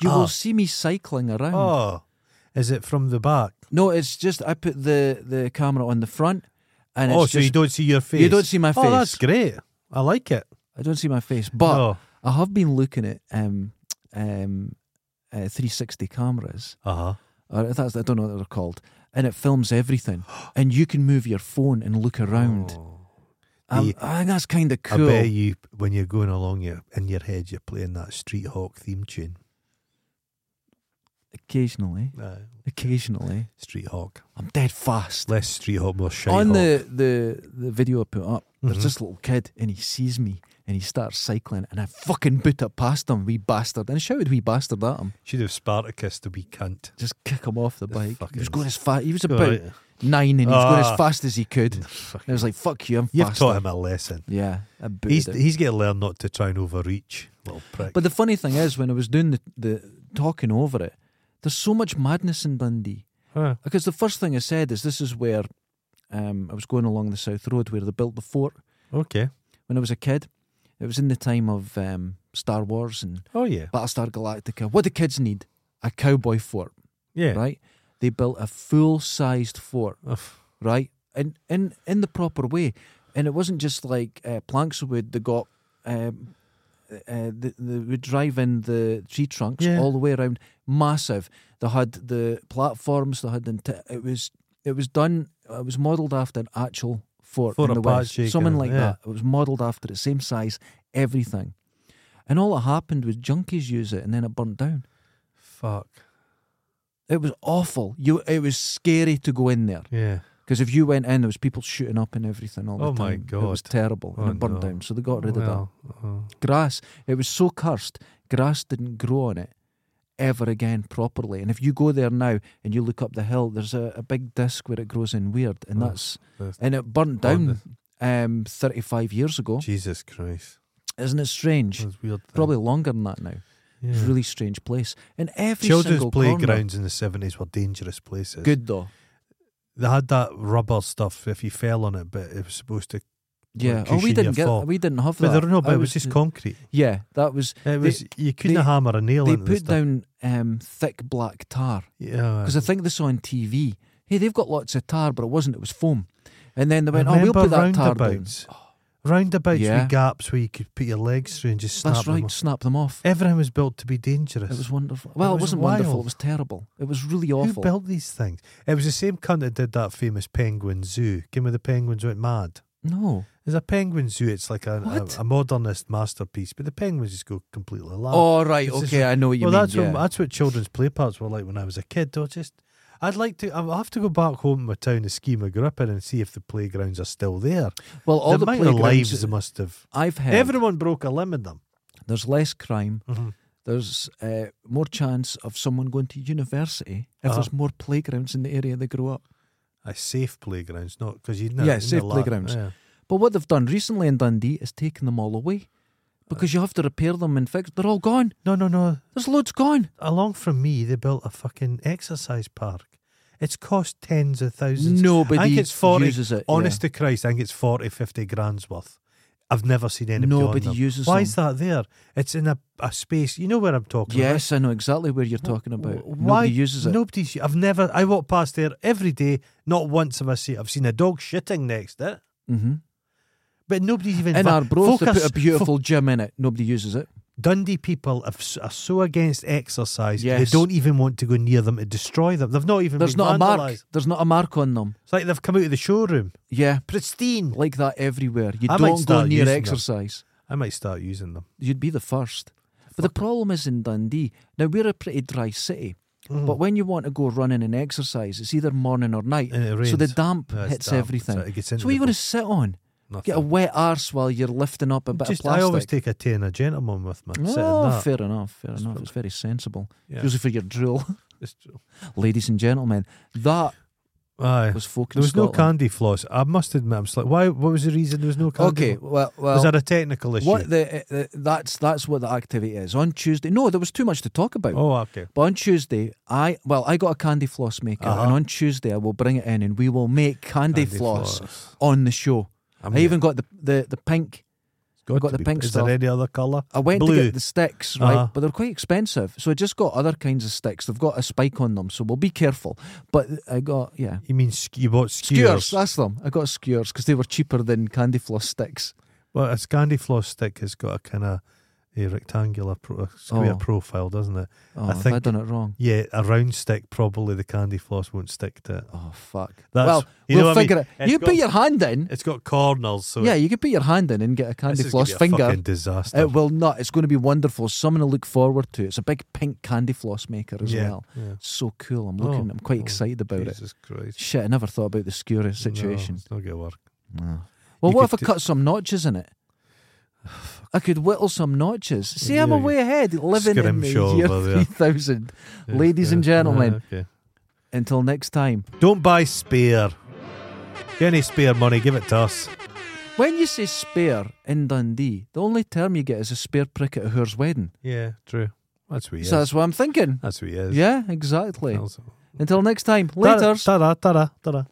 Speaker 2: you will
Speaker 1: Ah.
Speaker 2: see me cycling around.
Speaker 1: oh. Is it from the back?
Speaker 2: No, it's just I put the the camera on the front, and
Speaker 1: oh,
Speaker 2: it's
Speaker 1: so
Speaker 2: just
Speaker 1: you don't see your face.
Speaker 2: you don't see my face.
Speaker 1: Oh, that's great. I like it.
Speaker 2: I don't see my face, but
Speaker 1: oh,
Speaker 2: I have been looking at um, um, uh, 360 cameras.
Speaker 1: uh-huh.
Speaker 2: Or if that's, I don't know what they're called, and it films everything, and you can move your phone and look around.
Speaker 1: Oh.
Speaker 2: Um,
Speaker 1: The-
Speaker 2: I think that's kind of
Speaker 1: I bet
Speaker 2: cool.
Speaker 1: you when you're going along, you in your head you're playing that Street Hawk theme tune.
Speaker 2: Occasionally,
Speaker 1: Aye.
Speaker 2: occasionally,
Speaker 1: Street Hawk.
Speaker 2: I'm dead fast.
Speaker 1: Less Street Hawk, more Shy
Speaker 2: On
Speaker 1: Hawk.
Speaker 2: the, the the video I put up,
Speaker 1: Mhm.
Speaker 2: there's this little kid, and he sees me, and he starts cycling, and I fucking boot it past him, wee bastard, and I shouted wee bastard at him,
Speaker 1: Should have Spartacus to be cunt.
Speaker 2: just kick him off the bike. He was
Speaker 1: fucking-
Speaker 2: going as fast. He was about
Speaker 1: Right.
Speaker 2: nine, and he was going
Speaker 1: Ah.
Speaker 2: as fast as he could. And I was like, fuck you, I'm
Speaker 1: You've
Speaker 2: faster.
Speaker 1: taught him a lesson.
Speaker 2: Yeah, I booted
Speaker 1: He's
Speaker 2: it.
Speaker 1: he's got to learn not to try and overreach, little prick.
Speaker 2: But the funny thing is, when I was doing the, the talking over it, there's so much madness in Dundee.
Speaker 1: Huh.
Speaker 2: Because the first thing I said is this is where um, I was going along the South Road where they built the fort
Speaker 1: okay.
Speaker 2: when I was a kid. It was in the time of um, Star Wars and
Speaker 1: Oh yeah,
Speaker 2: Battlestar Galactica. What do kids need? A cowboy fort,
Speaker 1: yeah.
Speaker 2: right? They built a full sized fort.
Speaker 1: Oh, f-
Speaker 2: right? And in in the proper way, and it wasn't just like uh, planks of wood. They got um, uh, the, the would drive in the tree trunks
Speaker 1: Yeah.
Speaker 2: all the way around, massive. They had the platforms. They had the enti- it was it was done. It was modelled after an actual fort
Speaker 1: Fort
Speaker 2: in the
Speaker 1: Apache
Speaker 2: west, something
Speaker 1: kind of-
Speaker 2: like
Speaker 1: yeah.
Speaker 2: that. It was modelled after it, same size, everything. And all that happened was junkies use it, and then it burnt down.
Speaker 1: fuck.
Speaker 2: It was awful. You, it was scary to go in there.
Speaker 1: Yeah.
Speaker 2: Because if you went in, there was people shooting up and everything all the
Speaker 1: Oh
Speaker 2: time.
Speaker 1: my
Speaker 2: It was
Speaker 1: God.
Speaker 2: terrible, and
Speaker 1: Oh
Speaker 2: it burned
Speaker 1: no.
Speaker 2: down. So they got rid of
Speaker 1: well, oh.
Speaker 2: that grass. It was so cursed. Grass didn't grow on it, ever again properly. And if you go there now and you look up the hill, there's a, a big disc where it grows in weird, and
Speaker 1: Oh,
Speaker 2: that's
Speaker 1: that's-
Speaker 2: and it burnt down um, 35 years ago.
Speaker 1: Jesus Christ.
Speaker 2: Isn't it strange?
Speaker 1: That's weird. thing.
Speaker 2: Probably longer than that now. It's a
Speaker 1: Yeah.
Speaker 2: really strange place. And every
Speaker 1: Children's
Speaker 2: single corner-
Speaker 1: playgrounds in the 70s were dangerous places.
Speaker 2: good though.
Speaker 1: They had that rubber stuff if you fell on it, but it was supposed to.
Speaker 2: Yeah. Oh,
Speaker 1: cushion
Speaker 2: we
Speaker 1: your
Speaker 2: didn't get.
Speaker 1: fall.
Speaker 2: We didn't have
Speaker 1: But
Speaker 2: that.
Speaker 1: there no, but
Speaker 2: I
Speaker 1: it was just concrete.
Speaker 2: Yeah, that was.
Speaker 1: It was you couldn't
Speaker 2: they-
Speaker 1: hammer a nail
Speaker 2: They
Speaker 1: into the
Speaker 2: put
Speaker 1: stuff. Uh-huh.
Speaker 2: down um, thick black tar
Speaker 1: yeah,
Speaker 2: because I think they saw on TV. Hey, they've got lots of tar, but it wasn't. It was foam. And then they went, "Oh, we'll
Speaker 1: Remember
Speaker 2: put that tar down."
Speaker 1: roundabouts? Roundabouts
Speaker 2: Yeah.
Speaker 1: with gaps where you could put your legs through and just snap
Speaker 2: That's
Speaker 1: them.
Speaker 2: right.
Speaker 1: off.
Speaker 2: Snap them off.
Speaker 1: Everything was built to be dangerous.
Speaker 2: It was wonderful. Well,
Speaker 1: was
Speaker 2: it, was not wonderful.
Speaker 1: wild.
Speaker 2: It was terrible. It was really
Speaker 1: Who
Speaker 2: awful.
Speaker 1: built these things? It was the same cunt that did that famous penguin zoo. Came with the penguins went mad.
Speaker 2: no.
Speaker 1: There's a penguin zoo. It's like a,
Speaker 2: What?
Speaker 1: a, a modernist masterpiece, but the penguins just go completely loud.
Speaker 2: Oh right.
Speaker 1: It's just
Speaker 2: Okay, I know what you
Speaker 1: well,
Speaker 2: mean.
Speaker 1: that's
Speaker 2: yeah.
Speaker 1: what that's what children's play parts were like when I was a kid. Though just, I'd like to. I'll have to go back home to my town, the scheme I grew up in, and see if the playgrounds are still there.
Speaker 2: well, all the
Speaker 1: the amount of lives
Speaker 2: playgrounds
Speaker 1: they must have.
Speaker 2: I've heard.
Speaker 1: Everyone broke a limb in them.
Speaker 2: there's less crime. There's uh, more chance of someone going to university if
Speaker 1: Uh-huh.
Speaker 2: there's more playgrounds in the area they grew up.
Speaker 1: A safe playgrounds, not because you'd know.
Speaker 2: Yeah, safe playgrounds.
Speaker 1: Yeah.
Speaker 2: But what they've done recently in Dundee is taken them all away because you have to repair them and fix. They're all gone.
Speaker 1: No, no, no.
Speaker 2: There's loads gone.
Speaker 1: Along from me, they built a fucking exercise park. It's cost tens of thousands.
Speaker 2: Nobody
Speaker 1: I think it's 40.
Speaker 2: uses it.
Speaker 1: Honest to Christ, I think it's 40, 50 grand's worth. I've never seen
Speaker 2: yeah.
Speaker 1: anybody on
Speaker 2: nobody
Speaker 1: them.
Speaker 2: uses
Speaker 1: Why
Speaker 2: them.
Speaker 1: is that there? It's in a, a space. You know where I'm talking about.
Speaker 2: Yes, I know exactly where you're talking about.
Speaker 1: W-
Speaker 2: Nobody uses it.
Speaker 1: Nobody's. I've never. I walk past there every day. Not once have I seen. I've seen a dog shitting next to it,
Speaker 2: hmm
Speaker 1: but nobody's even.
Speaker 2: In
Speaker 1: fa-
Speaker 2: our bro, they put
Speaker 1: focus-
Speaker 2: a beautiful gym in it. Nobody uses it.
Speaker 1: Dundee people are s- are so against exercise,
Speaker 2: Yes.
Speaker 1: they don't even want to go near them to destroy them. They've not even
Speaker 2: There's
Speaker 1: been
Speaker 2: not a mark.
Speaker 1: vandalised.
Speaker 2: There's not a mark on them.
Speaker 1: It's like they've come out of the showroom,
Speaker 2: Yeah,
Speaker 1: pristine.
Speaker 2: like that everywhere. You
Speaker 1: I might
Speaker 2: don't go
Speaker 1: start
Speaker 2: near
Speaker 1: using them.
Speaker 2: exercise.
Speaker 1: I might start using them.
Speaker 2: You'd be the first. But the problem is in Dundee. Now we're a pretty dry city,
Speaker 1: Mm.
Speaker 2: but when you want to go running and exercise, it's either morning or night.
Speaker 1: And it
Speaker 2: So the
Speaker 1: rains.
Speaker 2: damp
Speaker 1: No, it's
Speaker 2: hits
Speaker 1: damp,
Speaker 2: everything.
Speaker 1: Uh, So it gets
Speaker 2: So
Speaker 1: into
Speaker 2: what are you
Speaker 1: the
Speaker 2: going to sit on?
Speaker 1: bo-
Speaker 2: Get a
Speaker 1: nothing.
Speaker 2: wet arse while you're lifting up a bit
Speaker 1: Just
Speaker 2: of plastic.
Speaker 1: I always take a tea and a gentleman with me. Sit in
Speaker 2: oh,
Speaker 1: that.
Speaker 2: fair enough, fair
Speaker 1: That's
Speaker 2: enough.
Speaker 1: fine.
Speaker 2: It's very sensible.
Speaker 1: Yeah.
Speaker 2: Usually for your drill,
Speaker 1: It's true.
Speaker 2: ladies and gentlemen. That
Speaker 1: Aye.
Speaker 2: was folk in
Speaker 1: There was no
Speaker 2: Scotland.
Speaker 1: candy floss. I must admit, I'm slight. Why? What was the reason there was no candy?
Speaker 2: Okay,
Speaker 1: floss?
Speaker 2: well, well
Speaker 1: was that a technical issue?
Speaker 2: what the, uh, the that's that's what the activity is on Tuesday. No, there was too much to talk about.
Speaker 1: oh, okay.
Speaker 2: But on Tuesday, I well, I got a candy floss maker,
Speaker 1: Uh-huh.
Speaker 2: and on Tuesday I will bring it in, and we will make candy, floss, on the show.
Speaker 1: I,
Speaker 2: I even got the the, the pink.
Speaker 1: got,
Speaker 2: got
Speaker 1: to
Speaker 2: the
Speaker 1: be-
Speaker 2: pink
Speaker 1: Is
Speaker 2: stuff.
Speaker 1: there any other colour?
Speaker 2: I went to
Speaker 1: Blue.
Speaker 2: get the sticks, right?
Speaker 1: Uh-huh.
Speaker 2: But they're quite expensive, so I just got other kinds of sticks. They've got a spike on them, so we'll be careful. But I got yeah.
Speaker 1: You mean sk- you bought
Speaker 2: Skewers,
Speaker 1: skewers?
Speaker 2: that's them. I got skewers because they were cheaper than candy floss sticks.
Speaker 1: Well, a candy floss stick has got a kind of a rectangular, pro- a square
Speaker 2: Oh.
Speaker 1: profile, doesn't it?
Speaker 2: Oh,
Speaker 1: I
Speaker 2: have I
Speaker 1: think-
Speaker 2: done it wrong.
Speaker 1: Yeah, a round stick probably the candy floss won't stick to it.
Speaker 2: Oh fuck.
Speaker 1: That's-
Speaker 2: well,
Speaker 1: you know
Speaker 2: we'll
Speaker 1: what I mean?
Speaker 2: figure it.
Speaker 1: It's
Speaker 2: You
Speaker 1: got-
Speaker 2: put your hand in.
Speaker 1: It's got corners, so
Speaker 2: yeah,
Speaker 1: it-
Speaker 2: you can put your hand in and get a
Speaker 1: this
Speaker 2: candy
Speaker 1: is gonna
Speaker 2: floss
Speaker 1: be a
Speaker 2: finger.
Speaker 1: Fucking disaster.
Speaker 2: It will not. It's going to be wonderful. Something to look forward to. It's a big pink candy floss maker as
Speaker 1: yeah,
Speaker 2: well.
Speaker 1: yeah.
Speaker 2: So cool. I'm looking.
Speaker 1: Oh,
Speaker 2: I'm quite
Speaker 1: oh,
Speaker 2: excited about it.
Speaker 1: Jesus Christ.
Speaker 2: Shit, I never thought about the skewer
Speaker 1: No,
Speaker 2: situation.
Speaker 1: it's not gonna work.
Speaker 2: No. Well,
Speaker 1: You
Speaker 2: what
Speaker 1: could
Speaker 2: if I
Speaker 1: do-
Speaker 2: cut some notches in it? I could whittle some notches. See, I'm
Speaker 1: Yeah,
Speaker 2: a
Speaker 1: you-
Speaker 2: way ahead, living in the
Speaker 1: Scrimshaw
Speaker 2: year
Speaker 1: over there.
Speaker 2: 3000.
Speaker 1: Yeah,
Speaker 2: Ladies and
Speaker 1: yeah, yeah,
Speaker 2: gentlemen.
Speaker 1: okay.
Speaker 2: Until next time.
Speaker 1: Don't buy spare. Get any spare money, give it to us.
Speaker 2: When you say spare in Dundee, the only term you get is a spare prick at a whore's wedding.
Speaker 1: Yeah, true. That's what he
Speaker 2: So
Speaker 1: is.
Speaker 2: that's what I'm thinking.
Speaker 1: That's what he is.
Speaker 2: Yeah, exactly.
Speaker 1: Also-
Speaker 2: Until next time.
Speaker 1: Ta-ra,
Speaker 2: Later.
Speaker 1: Ta-ra, ta-ra, ta-ra.